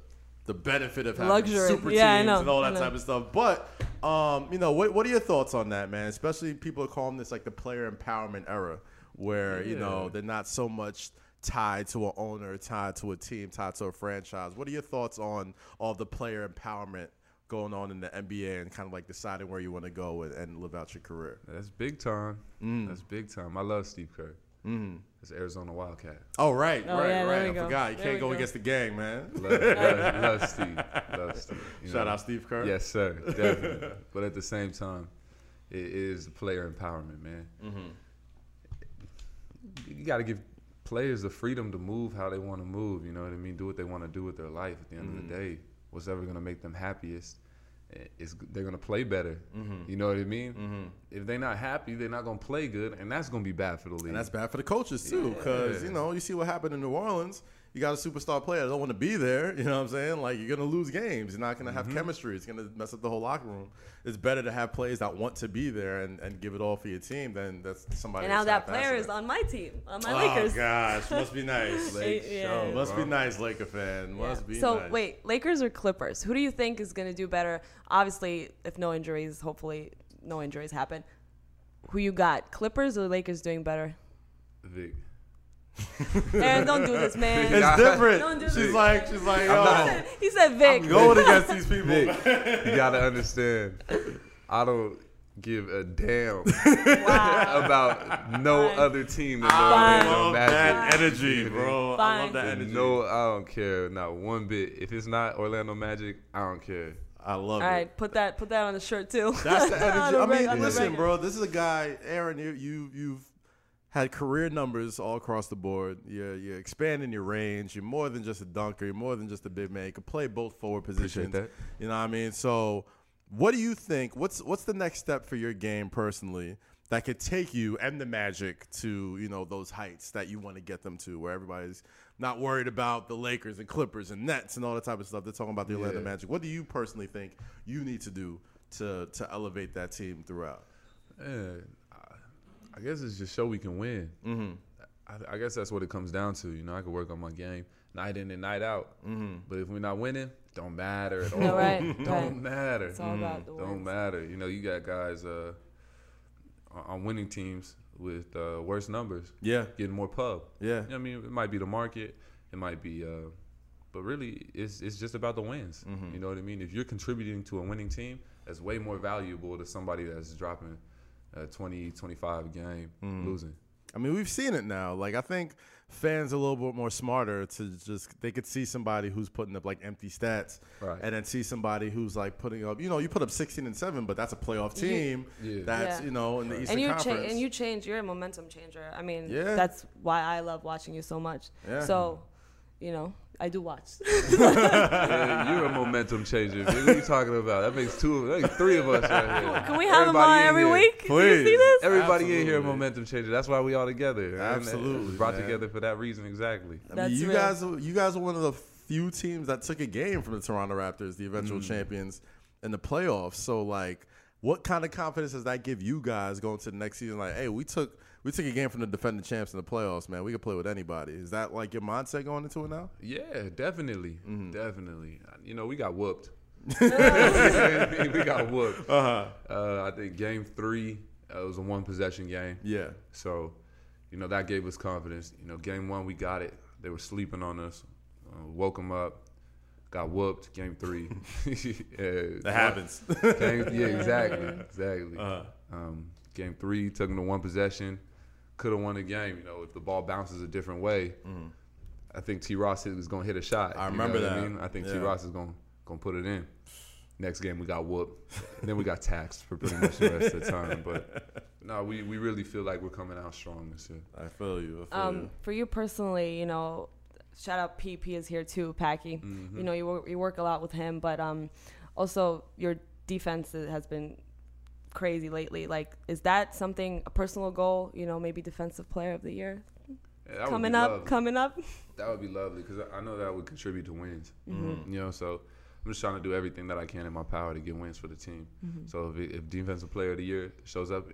Speaker 1: the benefit of having
Speaker 2: Luxury.
Speaker 1: super
Speaker 2: Yeah, I
Speaker 1: teams
Speaker 2: know,
Speaker 1: and all
Speaker 2: I
Speaker 1: that
Speaker 2: know.
Speaker 1: type of stuff. But, um, you know, what, what are your thoughts on that, man? Especially people are calling this like the player empowerment era where, you know,
Speaker 3: Yeah.
Speaker 1: they're not so much tied to an owner, tied to a team, tied to a franchise. What are your thoughts on all the player empowerment going on in the NBA and kind of like deciding where you want to go and, and live out your career?
Speaker 3: That's big time. That's big time. I love Steve Kerr. Mm. That's Arizona Wildcat.
Speaker 1: Oh, right,
Speaker 2: Oh,
Speaker 1: right,
Speaker 2: yeah, there
Speaker 1: right.
Speaker 2: we
Speaker 1: I
Speaker 2: go.
Speaker 1: forgot. You
Speaker 2: There
Speaker 1: can't
Speaker 2: we
Speaker 1: go,
Speaker 2: go.
Speaker 1: against the gang, man.
Speaker 3: Love, love, love Steve. Love Steve. you
Speaker 1: Shout
Speaker 3: know.
Speaker 1: out Steve Kerr.
Speaker 3: Yes, sir. Definitely. but at the same time, it is the player empowerment, man. You got to give players the freedom to move how they want to move. You know what I mean? Do what they want to do with their life. At the end of the day, what's ever going to make them happiest eh, is they're going to play better. You know what I mean? If they're not happy, they're not going to play good, and that's going to be bad for the league.
Speaker 1: And that's bad for the coaches too, because you know you see what happened in New Orleans. You got a superstar player that don't want to be there. You know what I'm saying? Like you're gonna lose games. You're not gonna have chemistry. It's gonna mess up the whole locker room. It's better to have players that want to be there and, and give it all for your team than that's somebody.
Speaker 2: And now
Speaker 1: that's
Speaker 2: that player
Speaker 1: half-assed
Speaker 2: is on my team, on my
Speaker 1: it.
Speaker 2: Lakers.
Speaker 1: Oh gosh, must be nice. Oh,
Speaker 2: Lake Yeah. show,
Speaker 1: Must be
Speaker 3: bro.
Speaker 1: nice, Laker fan. Must be
Speaker 2: so
Speaker 1: nice.
Speaker 2: wait, Lakers or Clippers? Who do you think is gonna do better? Obviously, if no injuries, hopefully no injuries happen. Who you got? Clippers or Lakers doing better?
Speaker 3: Vic.
Speaker 2: Aaron, don't do this, man.
Speaker 1: It's different.
Speaker 2: Don't do
Speaker 1: she's
Speaker 2: this.
Speaker 1: like, she's like, yo,
Speaker 2: he said Vic.
Speaker 1: going against these people.
Speaker 3: Vic, you got to understand. I don't give a damn
Speaker 2: Wow.
Speaker 3: about no
Speaker 2: Fine.
Speaker 3: other team than the
Speaker 1: Love
Speaker 2: Fine.
Speaker 3: Orlando
Speaker 1: that
Speaker 3: Magic.
Speaker 1: energy, bro. I
Speaker 2: Fine.
Speaker 1: love that energy.
Speaker 3: No, I don't care, not one bit. If it's not Orlando Magic, I don't care.
Speaker 1: I love
Speaker 2: All
Speaker 1: it.
Speaker 2: right, put that put that on the shirt too.
Speaker 1: That's the
Speaker 2: On
Speaker 1: energy.
Speaker 2: the
Speaker 1: I
Speaker 2: reg- on
Speaker 1: mean,
Speaker 2: the
Speaker 1: listen,
Speaker 2: regular.
Speaker 1: bro. This is a guy, Aaron. You you you've had career numbers all across the board. You're you're expanding your range. You're more than just a dunker. You're more than just a big man. You can play both forward positions.
Speaker 3: that.
Speaker 1: You know what I mean? So, what do you think? What's what's the next step for your game personally? That could take you and the Magic to you know those heights that you want to get them to, where everybody's not worried about the Lakers and Clippers and Nets and all that type of stuff. They're talking about the Orlando
Speaker 3: Yeah.
Speaker 1: Magic. What do you personally think you need to do to to elevate that team throughout?
Speaker 3: Yeah, I, I guess it's just show we can win. Mm-hmm. I, I guess that's what it comes down to. You know, I can work on my game night in and night out. Mm-hmm. But if we're not winning, don't matter at all.
Speaker 2: No, right,
Speaker 3: don't
Speaker 2: right.
Speaker 3: matter.
Speaker 2: It's all
Speaker 1: Mm,
Speaker 2: about the
Speaker 3: don't
Speaker 2: wins.
Speaker 3: matter. You know, you got guys uh, on- on winning teams with uh, worse numbers.
Speaker 1: Yeah,
Speaker 3: getting more pub.
Speaker 1: Yeah.
Speaker 3: You know what I mean, it might be the market, it might be, uh, but really, it's it's just about the wins. You know what I mean? If you're contributing to a winning team, that's way more valuable to somebody that's dropping uh, 20, 25 a game losing.
Speaker 1: I mean we've seen it now. Like I think fans are a little bit more smarter to just they could see somebody who's putting up like empty stats,
Speaker 3: Right.
Speaker 1: and then see somebody who's like putting up. You know, you put up sixteen and seven, but that's a playoff team.
Speaker 3: Yeah.
Speaker 1: That's
Speaker 2: Yeah.
Speaker 1: you know in the Eastern
Speaker 2: and you cha-
Speaker 1: Conference.
Speaker 2: and you change. You're a momentum changer. I mean,
Speaker 1: Yeah.
Speaker 2: that's why I love watching you so much.
Speaker 1: Yeah.
Speaker 2: So, you know, I do watch.
Speaker 3: E-, Yeah, you're a momentum changer. man. What are you talking about? That makes two, of, that makes three of us right here.
Speaker 2: Can we have him
Speaker 3: Everybody
Speaker 2: on
Speaker 3: in
Speaker 2: every
Speaker 3: here.
Speaker 2: week? Do you see
Speaker 1: Please.
Speaker 2: this?
Speaker 3: Everybody in here, a
Speaker 1: Absolutely.
Speaker 3: momentum changer. That's why we all together. man.
Speaker 1: Absolutely,
Speaker 3: brought
Speaker 1: man.
Speaker 3: together for that reason, exactly.
Speaker 1: I mean,
Speaker 2: That's
Speaker 1: you
Speaker 2: real.
Speaker 1: guys, you guys are one of the few teams that took a game from the Toronto Raptors, the eventual
Speaker 3: Mm.
Speaker 1: champions, in the playoffs. So like, what kind of confidence does that give you guys going to the next season? Like, hey, we took we took a game from the defending champs in the playoffs, man. We could play with anybody. Is that like your mindset going into it now?
Speaker 3: Yeah, definitely, definitely. You know, we got whooped. You know what I mean? we got whooped. Uh-huh. I think game three uh, it was a one possession game.
Speaker 1: Yeah.
Speaker 3: So, you know, that gave us confidence. You know, game one we got it. They were sleeping on us. Uh, woke them up. Got whooped. Game three. yeah,
Speaker 1: That happens.
Speaker 3: Game, yeah, exactly, exactly.
Speaker 1: Uh-huh.
Speaker 3: Um, game three took him to one possession. Could have won the game, you know, if the ball bounces a different way.
Speaker 1: Mm.
Speaker 3: I think T. Ross is going to hit a shot.
Speaker 1: I
Speaker 3: you
Speaker 1: remember
Speaker 3: know what
Speaker 1: that.
Speaker 3: I, mean? I think T.
Speaker 1: Yeah.
Speaker 3: Ross is going going to put it in. Next game we got whooped. then we got taxed for pretty much the rest of the time. But no, we, we really feel like we're coming out strong this year.
Speaker 1: I feel you. I feel
Speaker 2: Um, For you personally, you know, shout out PP is here too, Packy.
Speaker 1: Mm-hmm.
Speaker 3: Mm-hmm.
Speaker 2: You know, you, wor- you work a lot with him, but um, also your defense i- has been crazy lately. Like, is that something, a personal goal, you know, maybe defensive player of the year?
Speaker 3: Yeah, that would
Speaker 2: Coming
Speaker 3: be
Speaker 2: up,
Speaker 3: lovely.
Speaker 2: coming up.
Speaker 3: That would be lovely because I know that would contribute to wins.
Speaker 1: Mm.
Speaker 2: Mm-hmm.
Speaker 3: You know, so I'm just trying to do everything that I can in my power to get wins for the team.
Speaker 2: Mm-hmm.
Speaker 3: So if, it- if defensive player of the year shows up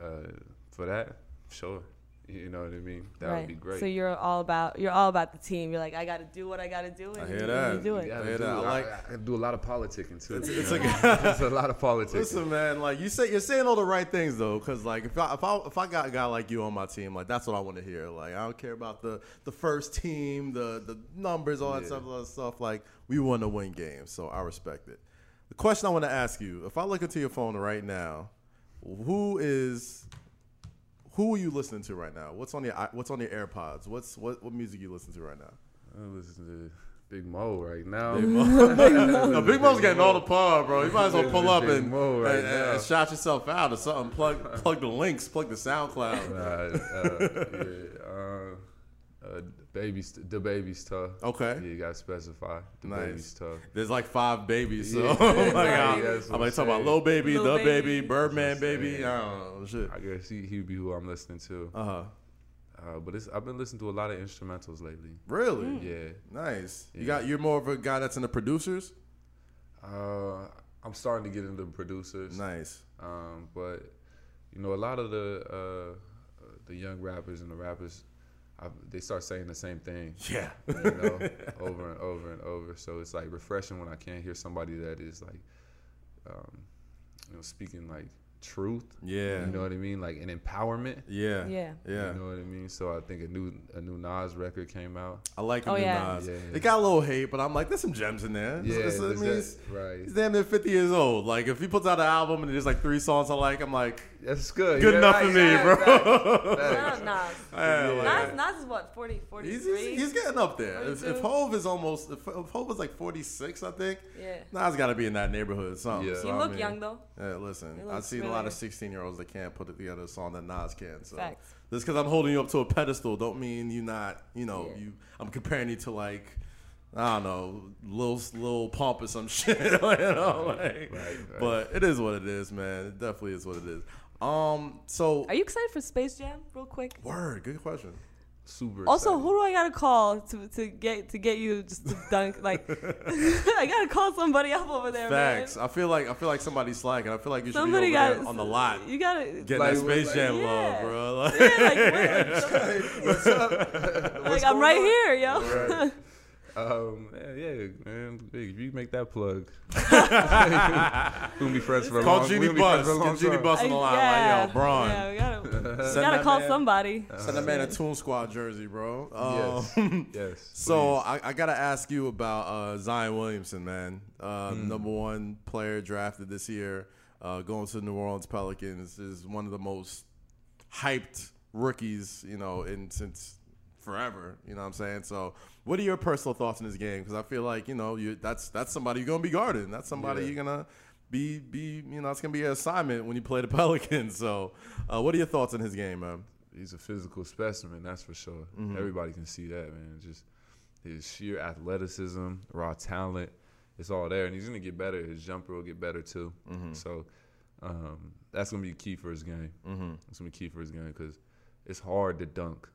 Speaker 3: uh, for that, sure. You know what I mean? That would be great.
Speaker 2: So you're all about you're all about the team. You're like, I got to do what I got to do, and
Speaker 1: hear
Speaker 2: you-
Speaker 1: that.
Speaker 2: you do
Speaker 1: You
Speaker 2: it.
Speaker 1: gotta
Speaker 3: I,
Speaker 1: do it. I like-
Speaker 3: I, I do a lot of politicking too. It's,
Speaker 1: it's
Speaker 3: a lot of politicking.
Speaker 1: Listen, man, like you say, you're saying all the right things though, because like if I, if I if I got a guy like you on my team, like that's what I want to hear. Like I don't care about the the first team, the the numbers, all that
Speaker 3: Yeah.
Speaker 1: stuff, all that stuff. Like we want to win games, so I respect it. The question I want to ask you: If I look into your phone right now, who is who are you listening to right now? What's on your i- What's on your AirPods? What's what what music you listen to right now?
Speaker 3: I listen to Big Mo right now.
Speaker 1: No, Big Mo's getting all the par, bro. You might as well pull up and,
Speaker 3: Mo right
Speaker 1: and, and
Speaker 3: now.
Speaker 1: shout yourself out or something. Plug plug the links, plug the SoundCloud.
Speaker 3: Uh, uh, yeah, uh, uh, baby's the baby's tough.
Speaker 1: Okay.
Speaker 3: Yeah, you gotta specify the
Speaker 1: Nice.
Speaker 3: baby's tough.
Speaker 1: There's like five babies, so
Speaker 3: Yeah,
Speaker 1: I'm like,
Speaker 3: right,
Speaker 1: I'm,
Speaker 3: that's what
Speaker 1: I'm like
Speaker 3: I'm
Speaker 1: talking about
Speaker 3: saying.
Speaker 1: Lil Baby,
Speaker 2: Lil
Speaker 1: The
Speaker 2: Baby.
Speaker 1: Baby, Birdman
Speaker 3: That's what I'm
Speaker 1: Baby.
Speaker 3: saying.
Speaker 1: I don't know shit.
Speaker 3: I guess he he'd be who I'm listening to.
Speaker 1: Uh huh.
Speaker 3: Uh, but it's I've been listening to a lot of instrumentals lately.
Speaker 1: Really?
Speaker 2: Hmm.
Speaker 3: Yeah.
Speaker 1: Nice. You
Speaker 3: Yeah.
Speaker 1: got you're more of a guy that's in the producers.
Speaker 3: Uh, I'm starting to get into producers.
Speaker 1: Nice.
Speaker 3: Um, but you know, a lot of the uh, uh, the young rappers and the rappers, i they start saying the same thing,
Speaker 1: Yeah.
Speaker 3: you know, over and over and over. So it's like refreshing when I can hear somebody that is like, um, you know, speaking like truth.
Speaker 1: Yeah.
Speaker 3: You know what I mean? Like an empowerment.
Speaker 1: Yeah.
Speaker 2: Yeah.
Speaker 1: Yeah.
Speaker 3: You know what I mean? So I think a new a new Nas record came out.
Speaker 1: I like him
Speaker 2: Oh,
Speaker 1: in
Speaker 2: yeah.
Speaker 1: Nas.
Speaker 3: Yeah.
Speaker 1: It got a little hate, but I'm like, there's some gems in there. It's- it's-
Speaker 3: there's
Speaker 1: I mean,
Speaker 3: that-
Speaker 1: it's-
Speaker 3: right.
Speaker 1: He's damn near 50 years old. Like, if he puts out an album and there's like three songs I like, I'm like,
Speaker 3: That's good.
Speaker 1: good
Speaker 3: Yeah,
Speaker 1: enough
Speaker 3: right,
Speaker 1: for me,
Speaker 3: right,
Speaker 1: bro.
Speaker 3: right.
Speaker 2: Shout out Nas.
Speaker 1: Yeah, like,
Speaker 2: Nas, Nas is what 40,
Speaker 1: he's,
Speaker 2: 43?
Speaker 1: he's, he's getting up there. If, if
Speaker 2: 42.
Speaker 1: Hove is almost, if, if Hove is like 46, I think,
Speaker 2: yeah.
Speaker 1: Nas got to be in that neighborhood or something.
Speaker 3: Yeah.
Speaker 1: So,
Speaker 2: You
Speaker 1: I
Speaker 2: look
Speaker 1: mean,
Speaker 2: young though.
Speaker 1: Yeah, listen,
Speaker 2: He
Speaker 1: I've
Speaker 2: looks
Speaker 1: seen a lot
Speaker 2: really-
Speaker 1: of 16 year olds that can't put together a song that Nas can. So,
Speaker 2: Facts.
Speaker 1: just because I'm holding you up to a pedestal, don't mean you not, you know,
Speaker 2: Yeah.
Speaker 1: you. I'm comparing you to like, I don't know, Lil, Lil Pump or some shit. you know, like,
Speaker 3: right.
Speaker 1: But it is what it is, man. It definitely is what it is. Um, so
Speaker 2: Are you excited for Space Jam? Real quick.
Speaker 1: Word, good question.
Speaker 3: Super.
Speaker 2: Also,
Speaker 3: excited.
Speaker 2: who do I gotta call to, to get to get you just to dunk? Like, I gotta call somebody up over there,
Speaker 1: Facts.
Speaker 2: man.
Speaker 1: I feel like I feel like somebody's slacking. I feel like you should
Speaker 2: Somebody
Speaker 1: be over
Speaker 2: got
Speaker 1: there on the lot
Speaker 2: You gotta.
Speaker 1: getting
Speaker 3: Like,
Speaker 1: that Space
Speaker 3: like-
Speaker 1: Jam
Speaker 2: Yeah.
Speaker 1: love, bro. Like,
Speaker 2: yeah, like, wait, like, I'm right here, yo.
Speaker 3: Right. Um, yeah, yeah, man. Hey, If you make that plug, we'll be friends for a long
Speaker 1: call
Speaker 3: we'll
Speaker 1: Genie
Speaker 3: be friends
Speaker 1: Bus.
Speaker 3: for a long
Speaker 1: Get Genie
Speaker 3: time.
Speaker 1: Bus on the
Speaker 2: I-
Speaker 1: line. Like, yo, Braun.
Speaker 2: Yeah, we gotta, we
Speaker 1: Send
Speaker 2: gotta
Speaker 1: that
Speaker 2: call
Speaker 1: man-
Speaker 2: somebody.
Speaker 1: Send a man a Toon Squad jersey, bro. Um,
Speaker 3: Yes. yes.
Speaker 1: So I, I gotta ask you about uh, Zion Williamson, man. Uh, Number one player drafted this year, uh, going to the New Orleans Pelicans is one of the most hyped rookies, you know, in since forever. You know what I'm saying? So, what are your personal thoughts on this game? Because I feel like you know you that's that's somebody you're gonna be guarding. That's somebody
Speaker 3: Yeah.
Speaker 1: you're gonna be be you know it's gonna be an assignment when you play the Pelicans. So, uh, what are your thoughts on his game, man?
Speaker 3: he's a physical specimen, that's for sure.
Speaker 1: Mm-hmm.
Speaker 3: Everybody can see that, man. Just his sheer athleticism, raw talent, it's all there, and he's gonna get better. His jumper will get better too.
Speaker 1: Mm-hmm.
Speaker 3: So um,
Speaker 1: Mm-hmm.
Speaker 3: that's gonna be key for his game. It's gonna be key for his game because it's hard to dunk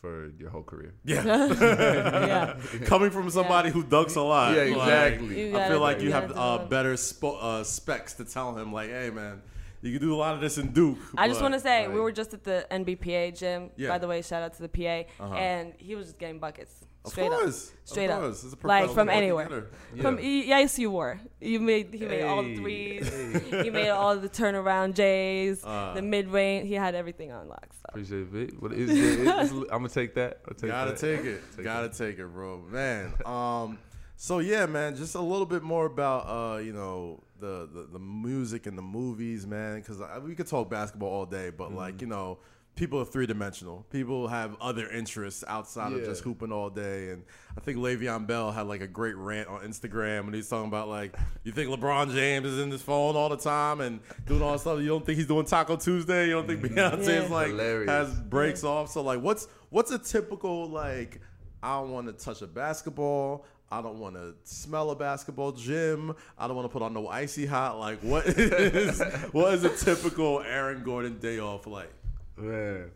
Speaker 3: for your whole career.
Speaker 1: Yeah.
Speaker 2: yeah.
Speaker 1: Coming from somebody who ducks a lot.
Speaker 3: Yeah,
Speaker 1: like,
Speaker 3: exactly.
Speaker 2: You
Speaker 1: I
Speaker 2: gotta-
Speaker 1: feel like you have
Speaker 2: gotta
Speaker 1: uh,
Speaker 2: develop.
Speaker 1: better spo- uh, specs to tell him, like, hey, man, you can do a lot of this in Duke.
Speaker 2: I just
Speaker 1: but,
Speaker 2: want to say we
Speaker 1: like,
Speaker 2: were just at the NBPA gym.
Speaker 1: Yeah.
Speaker 2: By the way, shout out to the PA,
Speaker 1: Uh-huh.
Speaker 2: and he was just getting buckets.
Speaker 1: Of
Speaker 2: Straight
Speaker 1: course.
Speaker 2: up, straight
Speaker 1: of
Speaker 2: up,
Speaker 1: course. It's a
Speaker 2: like from
Speaker 1: professional
Speaker 2: anywhere.
Speaker 1: getter.
Speaker 2: From
Speaker 3: Yeah.
Speaker 2: e- yes, you were. You made he made all the
Speaker 3: Hey,
Speaker 2: threes.
Speaker 3: hey.
Speaker 2: he made all the turnaround J's,
Speaker 1: Uh.
Speaker 2: the mid range. He had everything on lock. So.
Speaker 3: Appreciate it. But is it, I'm gonna take that. I'll take
Speaker 1: Gotta
Speaker 3: that.
Speaker 1: take it.
Speaker 3: Take
Speaker 1: Gotta take it, bro. Man. Um so yeah, man, just a little bit more about uh, you know, the the, the music and the movies, man, cuz we could talk basketball all day, but
Speaker 3: Mm-hmm.
Speaker 1: like, you know, people are three-dimensional. People have other interests outside of
Speaker 3: Yeah.
Speaker 1: just hooping all day and I think Le'Veon Bell had like a great rant on Instagram when he's talking about like you think LeBron James is in his phone all the time and doing all this stuff. You don't think he's doing Taco Tuesday. You don't think
Speaker 3: Mm-hmm.
Speaker 1: Beyonce's
Speaker 2: Yeah.
Speaker 1: like
Speaker 3: Hilarious.
Speaker 1: has breaks off. So like, what's what's a typical like? I don't want to touch a basketball. I don't want to smell a basketball gym. I don't want to put on no icy hot. Like, what is what is a typical Aaron Gordon day off like?
Speaker 3: Man,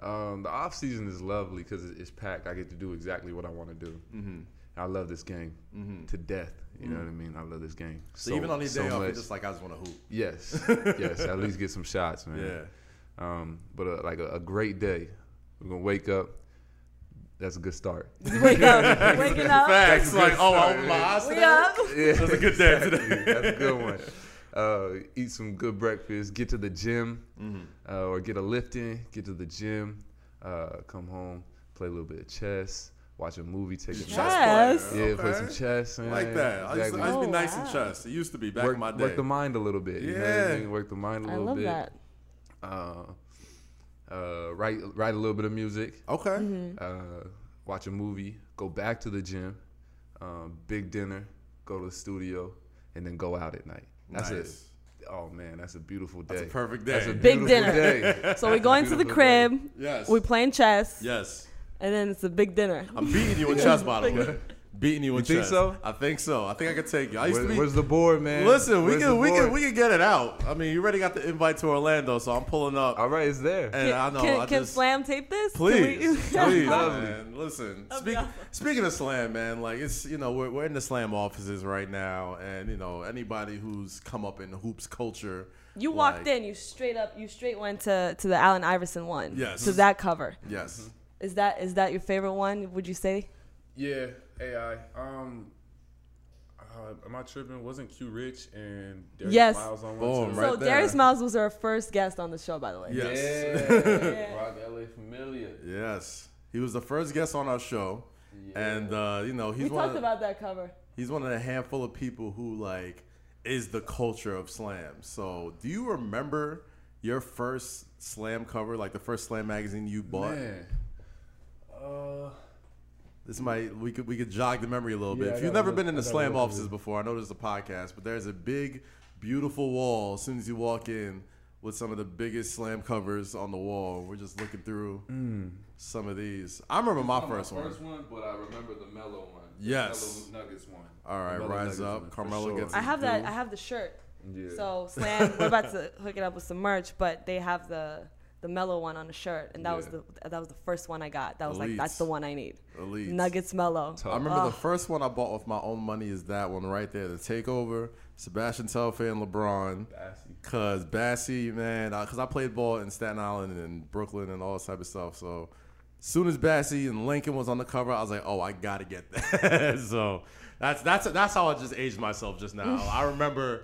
Speaker 3: um, the off season is lovely because it's packed. I get to do exactly what I want to do. Mm-hmm. I love this game to death. You know what I mean? I love this game.
Speaker 1: Mm-hmm. So, even on his day off,
Speaker 3: much.
Speaker 1: it's just like I just want to hoop.
Speaker 3: yes, yes. At least get some shots, man.
Speaker 1: Yeah,
Speaker 3: Um, but uh like a, a great day. We're gonna wake up. That's a good start.
Speaker 2: Wake up, waking up,
Speaker 1: facts. Like, oh, I opened my eyes
Speaker 2: we
Speaker 1: today.
Speaker 2: up.
Speaker 3: Yeah.
Speaker 1: That's a good day today.
Speaker 3: That's a good one. Uh, eat some good breakfast, get to the gym,
Speaker 1: Mm-hmm.
Speaker 3: uh, or get a lift in, get to the gym, uh, come home, play a little bit of chess, watch a movie, take a
Speaker 1: Chess
Speaker 3: nap.
Speaker 2: Yes.
Speaker 3: Yeah,
Speaker 1: player.
Speaker 3: play
Speaker 1: Okay.
Speaker 3: some chess. Man.
Speaker 1: Like that. I used, to, I used to be
Speaker 2: Oh,
Speaker 1: nice
Speaker 2: wow.
Speaker 1: in chess. It used to be back
Speaker 3: work,
Speaker 1: in my day.
Speaker 3: work the mind a little bit. You know what
Speaker 1: Yeah.
Speaker 3: I mean? Work the mind a
Speaker 2: I
Speaker 3: little
Speaker 2: love
Speaker 3: bit.
Speaker 2: that.
Speaker 3: Uh, uh, write, write a little bit of music,
Speaker 1: okay.
Speaker 2: Mm-hmm. Mm.
Speaker 3: uh, watch a movie, go back to the gym, um, big dinner, go to the studio, and then go out at night. That's it.
Speaker 1: nice.
Speaker 3: Oh man, that's a beautiful day.
Speaker 1: That's a perfect day.
Speaker 3: That's a
Speaker 2: Big
Speaker 3: beautiful
Speaker 2: dinner.
Speaker 3: Day.
Speaker 2: So we going to the
Speaker 3: Beautiful
Speaker 2: crib.
Speaker 1: yes.
Speaker 2: We playing chess,
Speaker 1: yes.
Speaker 2: and then it's a big dinner.
Speaker 1: I'm beating you in chess, by the way. Beating you in
Speaker 3: think
Speaker 1: chess.
Speaker 3: so?
Speaker 1: I think so. I think I could take you. I used
Speaker 3: Where-
Speaker 1: to
Speaker 3: where's
Speaker 1: be.
Speaker 3: the board, man?
Speaker 1: Listen, we
Speaker 3: Where's the
Speaker 1: can we can
Speaker 3: board?
Speaker 1: we can get it out. I mean, you already got the invite to Orlando, so I'm pulling up.
Speaker 3: All right, it's there.
Speaker 1: And I know.
Speaker 2: can,
Speaker 1: I
Speaker 2: can
Speaker 1: just,
Speaker 2: Slam tape this? Can we-
Speaker 1: Please, please,
Speaker 3: Lovely.
Speaker 1: man. Listen,
Speaker 2: That'd be
Speaker 1: speak,
Speaker 2: awesome.
Speaker 1: speaking of slam, man, like it's you know we're, we're in the slam offices right now, and you know anybody who's come up in the hoops culture,
Speaker 2: You walked
Speaker 1: like-
Speaker 2: in. You straight up. You straight went to to the Allen Iverson one.
Speaker 1: Yes.
Speaker 2: To that cover.
Speaker 1: Yes,
Speaker 3: Mm-hmm.
Speaker 2: Is that is that your favorite one? Would you say?
Speaker 4: Yeah, AI. Um, uh, am I tripping? Wasn't Q Rich and Darius
Speaker 2: Yes.
Speaker 4: Miles on
Speaker 1: Boom,
Speaker 4: one too?
Speaker 1: right
Speaker 2: so
Speaker 1: there.
Speaker 2: Darius Miles was our first guest on the show, by the way.
Speaker 1: yes,
Speaker 4: Yeah. Rock LA familiar.
Speaker 1: yes. He was the first guest on our show, and uh, you know he's
Speaker 2: We
Speaker 1: one
Speaker 2: talked
Speaker 1: of,
Speaker 2: about that cover.
Speaker 1: he's one of the handful of people who like is the culture of slam. So, do you remember your first slam cover, like the first slam magazine you bought?
Speaker 4: Man. Uh,
Speaker 1: This might we could we could jog the memory a little
Speaker 4: Yeah,
Speaker 1: bit.
Speaker 4: I
Speaker 1: If you've
Speaker 4: gotta
Speaker 1: never
Speaker 4: look-
Speaker 1: been in
Speaker 4: I
Speaker 1: the
Speaker 4: gotta
Speaker 1: slam
Speaker 4: look at
Speaker 1: offices
Speaker 4: it.
Speaker 1: before, I know there's a podcast, but there's a big, beautiful wall as soon as you walk in with some of the biggest slam covers on the wall. We're just looking through
Speaker 4: Mm.
Speaker 1: some of these. I remember my first one.
Speaker 4: first one, but I remember the mellow one. The
Speaker 1: Yes.
Speaker 4: Mellow Nuggets one.
Speaker 1: All right,
Speaker 3: Another
Speaker 1: rise
Speaker 3: Nuggets
Speaker 1: up.
Speaker 3: one, for
Speaker 1: Carmelo
Speaker 3: sure.
Speaker 1: gets.
Speaker 2: I
Speaker 1: his
Speaker 2: have that.
Speaker 1: due.
Speaker 2: I have the shirt.
Speaker 3: Yeah.
Speaker 2: So Slam, we're about to hook it up with some merch, but they have the the mellow one on the shirt, and that was
Speaker 3: Yeah.
Speaker 2: the that was the first one I got. That was like that's
Speaker 1: Elites.
Speaker 2: the one I need.
Speaker 1: Elites.
Speaker 2: Nuggets mellow.
Speaker 1: I remember
Speaker 2: Oh.
Speaker 1: the first one I bought with my own money is that one right there, the Takeover, Sebastian Telfair and LeBron.
Speaker 4: Bassy.
Speaker 1: Cause Bassie, man, because I played ball in Staten Island and Brooklyn and all this type of stuff. So, soon as Bassie and Lincoln was on the cover, I was like, oh, I gotta get that. so that's that's that's how I just aged myself just now. I remember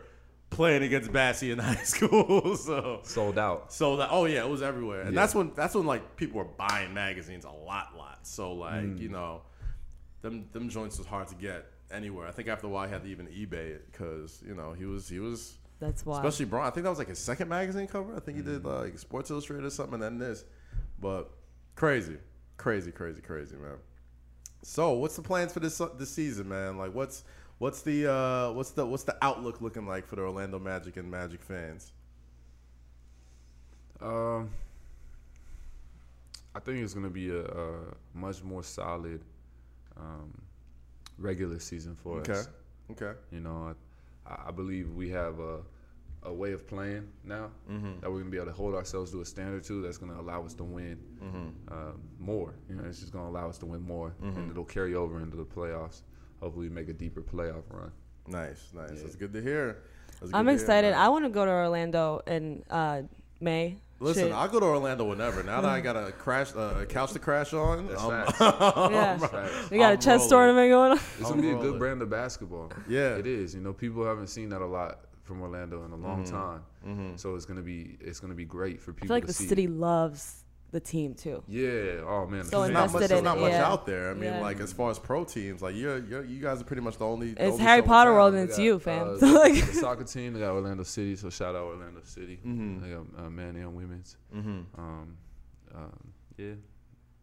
Speaker 1: playing against Bassie in high school. so
Speaker 3: Sold out.
Speaker 1: so that oh yeah, it was everywhere, and
Speaker 3: Yeah.
Speaker 1: that's when that's when like people were buying magazines a lot, lot. So like you know, them them joints was hard to get anywhere. I think after a while, I had to even eBay it because you know he was he was
Speaker 2: That's why.
Speaker 1: especially Braun. I think that was like his second magazine cover. I think he did like Sports Illustrated or something, and then this. But crazy, crazy, crazy, crazy, man. So what's the plans for this uh, this season, man? Like what's what's the uh, what's the what's the outlook looking like for the Orlando Magic and Magic fans?
Speaker 3: Um, I think it's gonna be a, a much more solid um, regular season for
Speaker 1: Okay,
Speaker 3: us.
Speaker 1: okay.
Speaker 3: You know, I, I believe we have a, a way of playing now that we're gonna be able to hold ourselves to a standard to that's gonna allow us to win um, more. You know, it's just gonna allow us to win more, and it'll carry over into the playoffs. Hopefully, make a deeper playoff run.
Speaker 1: Nice, nice. That's good to hear. That's good
Speaker 2: I'm
Speaker 1: to hear,
Speaker 2: excited.
Speaker 1: man.
Speaker 2: I want to go to Orlando in uh, May.
Speaker 1: Listen,
Speaker 2: Shit.
Speaker 1: I'll go to Orlando whenever. Now that I got a crash, uh, a couch to crash on,
Speaker 3: That's
Speaker 1: um,
Speaker 3: facts.
Speaker 2: yeah.
Speaker 3: Facts.
Speaker 2: we got
Speaker 1: I'm
Speaker 2: a
Speaker 1: rolling.
Speaker 2: chess tournament going on.
Speaker 3: It's gonna be a
Speaker 1: rolling.
Speaker 3: good brand of basketball.
Speaker 1: Yeah.
Speaker 3: it is. You know, people haven't seen that a lot from Orlando in a long time. So it's gonna be it's gonna be great for
Speaker 2: I
Speaker 3: people
Speaker 2: feel like
Speaker 3: to
Speaker 2: the
Speaker 3: see.
Speaker 2: city loves the team too.
Speaker 3: Yeah. Oh man.
Speaker 1: there's
Speaker 2: So
Speaker 3: the
Speaker 1: not
Speaker 2: invested
Speaker 1: much,
Speaker 3: fans-
Speaker 1: there's
Speaker 2: in
Speaker 1: not
Speaker 2: it,
Speaker 1: much
Speaker 2: yeah.
Speaker 1: out there. I mean,
Speaker 2: Yeah.
Speaker 1: like as far as pro teams, like you're, you're you guys are pretty much the only. the
Speaker 2: It's
Speaker 1: only
Speaker 2: Harry
Speaker 1: show in
Speaker 2: Potter
Speaker 1: town.
Speaker 2: world
Speaker 3: They
Speaker 2: and it's
Speaker 3: got,
Speaker 2: you, fam.
Speaker 3: uh,
Speaker 2: so
Speaker 3: the
Speaker 2: like,
Speaker 3: soccer team. They got Orlando City. So shout out Orlando City. They got uh, men and women's. Um, um, yeah.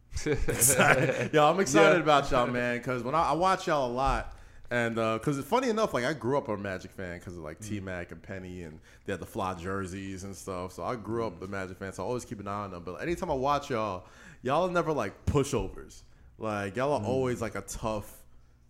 Speaker 1: Yo, I'm excited about y'all, man, because when I, I watch y'all a lot, and because it's funny enough, like I grew up a Magic fan because of like T Mac and Penny, and they had the fly jerseys and stuff. So I grew up a Magic fan, so I always keep an eye on them. But anytime I watch y'all, y'all are never like pushovers. Like y'all are always like a tough.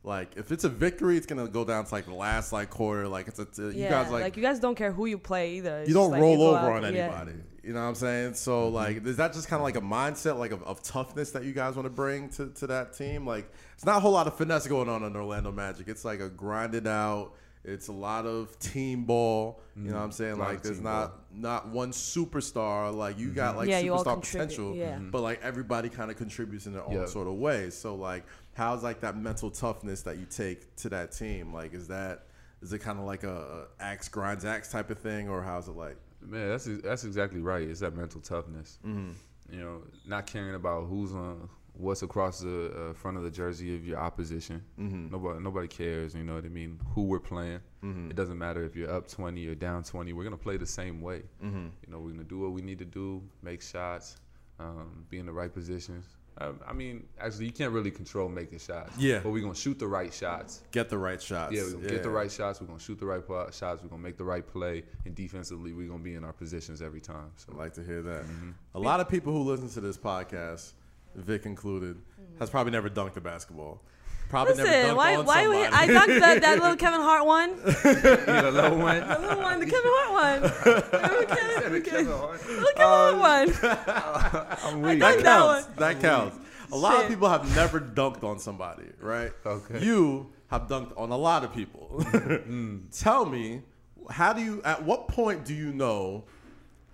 Speaker 1: Like if it's a victory, it's gonna go down to like the last like quarter. Like it's a t- you guys like,
Speaker 2: you guys don't care who you play either. It's
Speaker 1: you
Speaker 2: just
Speaker 1: don't
Speaker 2: like
Speaker 1: roll
Speaker 2: go
Speaker 1: over
Speaker 2: out-
Speaker 1: on
Speaker 2: yeah. Mm-hmm.
Speaker 1: anybody. You know what I'm saying? So like, is that just kind of like a mindset, like of, of toughness that you guys want to bring to, to that team? Like, it's not a whole lot of finesse going on in Orlando Magic. It's like a grinded out. It's a lot of team ball. You know what
Speaker 2: Mm-hmm.
Speaker 1: I'm saying?
Speaker 3: lot
Speaker 1: Like,
Speaker 3: of
Speaker 1: there's
Speaker 3: team
Speaker 1: not not one superstar. Like, you got like
Speaker 2: Mm-hmm. Yeah, you all
Speaker 1: superstar
Speaker 2: contribute,
Speaker 1: potential,
Speaker 2: yeah. Mhm.
Speaker 1: but like everybody kind of contributes in their own
Speaker 3: Yeah.
Speaker 1: sort of way. So like, how's like that mental toughness that you take to that team? Like, is that is it kind of like a a axe grinds axe type of thing, or how's it like?
Speaker 3: Man, that's that's exactly right. It's that mental toughness. You know, not caring about who's on what's across the uh, front of the jersey of your opposition. Nobody nobody cares. You know what I mean? Who we're playing. It doesn't matter if you're up twenty or down twenty. We're gonna play the same way. You know, we're gonna do what we need to do, make shots, um, be in the right positions. I, I mean, actually, you can't really control making shots.
Speaker 1: Yeah.
Speaker 3: but we're gonna shoot the right shots.
Speaker 1: get the right shots.
Speaker 3: Yeah, we're gonna get the right shots. We're gonna shoot the right po- shots. We're gonna make the right play, and defensively, we're gonna be in our positions every time.
Speaker 1: I
Speaker 3: So
Speaker 1: like to hear that.
Speaker 3: Mm-hmm.
Speaker 1: A lot of people who listen to this podcast, Vic included, has probably never dunked a basketball. Probably never dunked
Speaker 2: Mm-hmm. Listen, why?
Speaker 1: on
Speaker 2: Why? We,
Speaker 1: somebody.
Speaker 2: I dunked that, that little Kevin Hart one. The
Speaker 3: the low one.
Speaker 2: little one, the Kevin Hart one. Remember Kevin, okay.
Speaker 3: Kevin
Speaker 2: Kevin
Speaker 3: Hart.
Speaker 2: Hart one.
Speaker 3: I'm
Speaker 2: I
Speaker 3: weak.
Speaker 2: dunked that one.
Speaker 1: counts. That counts. A lot of
Speaker 2: Shit.
Speaker 1: people have never dunked on somebody, right?
Speaker 3: Okay.
Speaker 1: You have dunked on a lot of people. Hmm. Tell me, how do you? At what point do you know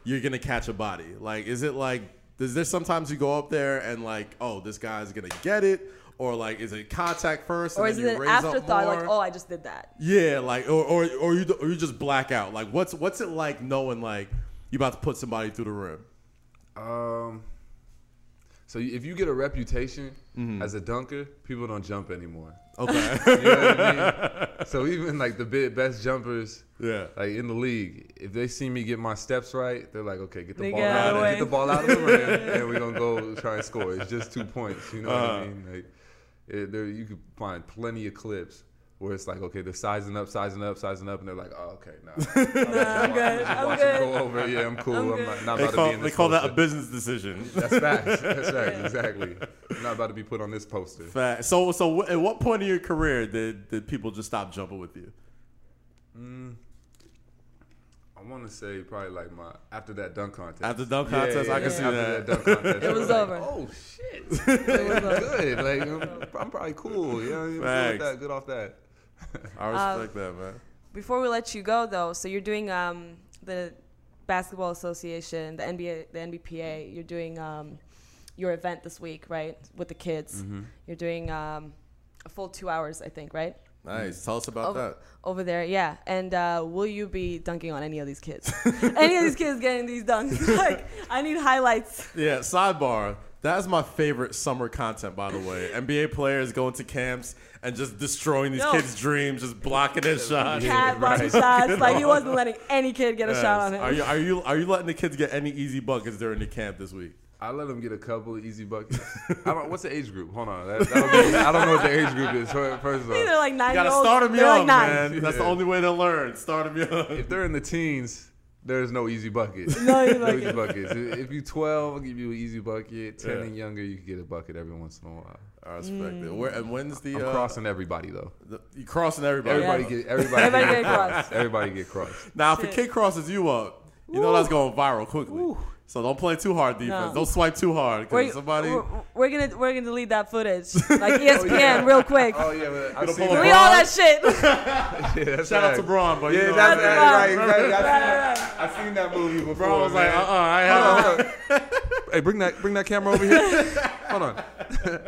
Speaker 1: you're gonna catch a body? Like, is it like? Is there sometimes you go up there and like, oh, this guy's gonna get it, or like, is it contact first? and
Speaker 2: Or
Speaker 1: then
Speaker 2: is
Speaker 1: you
Speaker 2: it an
Speaker 1: raise up
Speaker 2: afterthought? Like,
Speaker 1: more?
Speaker 2: oh, I just did that.
Speaker 1: Yeah, like or or, or you or you just black out. Like what's what's it like knowing like you about to put somebody through the rim?
Speaker 3: Um, so if you get a reputation as a dunker, people don't jump anymore.
Speaker 1: Okay.
Speaker 3: You know what I mean? So even like the bi- best jumpers,
Speaker 1: yeah.
Speaker 3: like in the league, if they see me get my steps right, they're like, okay, get the
Speaker 2: They
Speaker 3: ball
Speaker 2: get out of
Speaker 3: out, of
Speaker 2: the
Speaker 3: get the
Speaker 2: way.
Speaker 3: ball out of the rim, and we're gonna go try and score. It's just two points, you know
Speaker 1: Uh-huh.
Speaker 3: what I mean? Like, it, there you could find plenty of clips where it's like, okay, they're sizing up, sizing up, sizing up, and they're like, oh, okay, nah,
Speaker 2: I'm good. I'm
Speaker 3: watch them
Speaker 2: good.
Speaker 3: go over, yeah, I'm cool,
Speaker 2: I'm
Speaker 3: I'm,
Speaker 2: good.
Speaker 3: not, not
Speaker 1: They
Speaker 3: about to be
Speaker 1: call
Speaker 3: in
Speaker 1: they
Speaker 3: this
Speaker 1: call that a
Speaker 3: poster.
Speaker 1: business decision.
Speaker 3: That's facts. That's facts. Exactly. I'm not about to be put on this poster.
Speaker 1: Fact. So so wh- at what point in your career did did people just stop jumping with you?
Speaker 3: I want to say probably like my after that dunk contest.
Speaker 1: After dunk contest, I can see
Speaker 3: after
Speaker 1: that.
Speaker 3: dunk contest,
Speaker 2: It
Speaker 3: I
Speaker 2: was
Speaker 3: like,
Speaker 2: over.
Speaker 3: oh shit! Like, I'm good. Like I'm, I'm probably cool. You know, what I
Speaker 1: Facts.
Speaker 3: mean? good, off that, good off that.
Speaker 1: I
Speaker 2: Um,
Speaker 1: respect that, man.
Speaker 2: Before we let you go, though, so you're doing um, the Basketball Association, the NBA, the NBPA. You're doing um, your event this week, right, with the kids.
Speaker 1: Mm-hmm.
Speaker 2: You're doing um, a full two hours, I think, right?
Speaker 1: Nice. Tell us about
Speaker 2: over,
Speaker 1: that.
Speaker 2: over there, yeah. And uh, will you be dunking on any of these kids? any of these kids getting these dunks? like, I need highlights.
Speaker 1: Yeah, sidebar. That's my favorite summer content, by the way. NBA players going to camps and just destroying these
Speaker 2: No.
Speaker 1: kids' dreams, just blocking their shots.
Speaker 2: Cat blocking shots. Like, he wasn't letting any kid get a shot on him.
Speaker 1: Are you are you are you letting the kids get any easy buckets during the camp this week?
Speaker 3: I let them get a couple of easy buckets. I don't, what's the age group? Hold on. That, that'll be, I don't know what the age group is. Fir- First of
Speaker 2: They're
Speaker 3: all,
Speaker 2: like nine
Speaker 1: You gotta
Speaker 2: year olds.
Speaker 1: start them
Speaker 2: They're
Speaker 1: young,
Speaker 2: like nine.
Speaker 1: man. That's the
Speaker 3: Yeah.
Speaker 1: only way to learn. Start them young.
Speaker 3: if they're in the teens, There is no easy bucket.
Speaker 2: No, you
Speaker 3: no
Speaker 2: like
Speaker 3: easy
Speaker 2: it.
Speaker 3: buckets. If if you 12, I'll give you an easy bucket. 10 and younger, you can get a bucket every once in a while.
Speaker 1: I respect it. Where and when's the
Speaker 3: I'm
Speaker 1: uh,
Speaker 3: crossing everybody though.
Speaker 1: the- you crossing everybody?
Speaker 3: Everybody
Speaker 2: Yeah.
Speaker 3: get everybody,
Speaker 2: Everybody
Speaker 3: get,
Speaker 2: get crossed.
Speaker 3: Everybody get crossed.
Speaker 1: Now, if a
Speaker 2: Shit.
Speaker 1: kid crosses you up, you know that's going viral quickly. So don't play too hard defense.
Speaker 2: No.
Speaker 1: Don't swipe too hard
Speaker 2: We're,
Speaker 1: because somebody. Oh,
Speaker 2: we're, we're gonna we're gonna delete that footage like E ESPN real quick.
Speaker 3: Oh yeah, but I
Speaker 1: Gonna
Speaker 3: see
Speaker 1: pull a
Speaker 2: delete
Speaker 3: that.
Speaker 2: all that shit.
Speaker 3: Yeah, that's
Speaker 1: Shout out to
Speaker 3: right.
Speaker 1: Braun, but
Speaker 3: Yeah,
Speaker 1: you know,
Speaker 3: that's
Speaker 2: that's
Speaker 3: right.
Speaker 2: right.
Speaker 3: Exactly. I seen, I seen that movie before.
Speaker 1: Braun was like,
Speaker 3: man.
Speaker 1: uh, uh I
Speaker 3: Hold
Speaker 1: have.
Speaker 3: on, hold on. uh, hey, bring that, bring that camera over here. Hold on.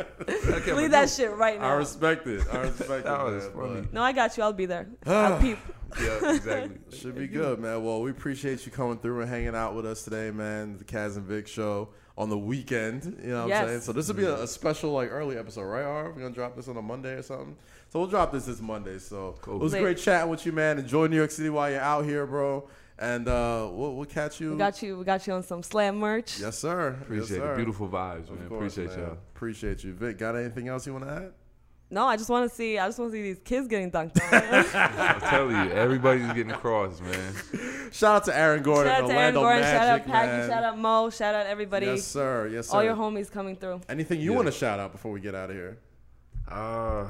Speaker 2: Delete that shit right
Speaker 1: I
Speaker 2: now.
Speaker 1: respect it. I respect
Speaker 3: That
Speaker 1: it.
Speaker 3: was
Speaker 1: man,
Speaker 3: funny.
Speaker 1: but
Speaker 2: no, I got you. I'll be there. I'll peep.
Speaker 3: Yeah, exactly.
Speaker 1: Should be good, man. Well, we appreciate you coming through and hanging out with us today, man. The Kaz and Vic show on the weekend. You know what I'm
Speaker 2: Yes.
Speaker 1: saying? So this will be
Speaker 3: Mm-hmm.
Speaker 1: a, a special, like, early episode, right, Arv? We're going to drop this on a Monday or something. So we'll drop this this Monday. So
Speaker 3: Cool.
Speaker 1: it was
Speaker 2: Lit.
Speaker 1: great chatting with you, man. Enjoy New York City while you're out here, bro. And uh, we'll, we'll catch you.
Speaker 2: We got you. We got you on some slam merch.
Speaker 1: Yes, sir.
Speaker 3: Appreciate
Speaker 1: yes,
Speaker 3: it.
Speaker 1: sir.
Speaker 3: Beautiful vibes,
Speaker 1: Of
Speaker 3: man.
Speaker 1: course,
Speaker 3: Appreciate
Speaker 1: man.
Speaker 3: y'all.
Speaker 1: Appreciate you, Vic. Got anything else you want to add?
Speaker 2: No, I just want to see. I just want to see these kids getting dunked on.
Speaker 3: I'm telling you, everybody's getting crossed, man.
Speaker 1: Shout out to Aaron Gordon,
Speaker 2: shout out to Aaron
Speaker 1: Orlando
Speaker 2: Gordon.
Speaker 1: Magic,
Speaker 2: shout out Packy.
Speaker 1: man.
Speaker 2: Shout out Mo. Shout out everybody.
Speaker 1: Yes, sir. Yes, sir.
Speaker 2: All your homies coming through.
Speaker 1: Anything you
Speaker 3: Yeah.
Speaker 1: want to shout out before we get out of here?
Speaker 3: Uh,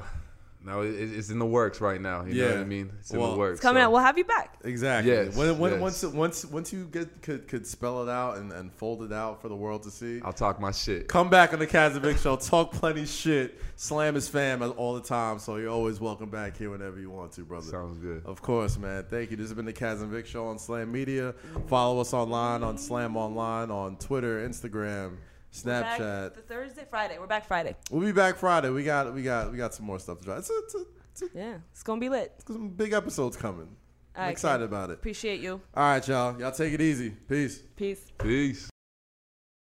Speaker 3: no, it, it's in the works right now. You know what
Speaker 1: Yeah.
Speaker 3: I mean? It's in
Speaker 1: Well,
Speaker 3: the works.
Speaker 2: It's coming
Speaker 3: so-
Speaker 2: out. We'll have you back.
Speaker 1: Exactly.
Speaker 3: Yes,
Speaker 1: when, when,
Speaker 3: yes.
Speaker 1: Once, once, once you get could, could spell it out and, and fold it out for the world to see.
Speaker 3: I'll talk my shit.
Speaker 1: Come back on the Kazovic show. Talk plenty shit. Slam his fam all the time. So you're always welcome back here whenever you want to, brother.
Speaker 3: Sounds good.
Speaker 1: Of course, man. Thank you. This has been the Kaz and Vic Show on Slam Media. Follow us online on Slam Online on Twitter, Instagram,
Speaker 2: Back
Speaker 1: Snapchat.
Speaker 2: th- Thursday, Friday. We're back Friday.
Speaker 1: We'll be back Friday. We got we got we got some more stuff to drop. It's, a, it's, a, it's a-
Speaker 2: Yeah, it's gonna be lit.
Speaker 1: some big episodes coming. I'm
Speaker 2: All right,
Speaker 1: excited about it.
Speaker 2: Appreciate you.
Speaker 1: All right, y'all. Y'all take it easy. Peace.
Speaker 2: Peace.
Speaker 3: Peace.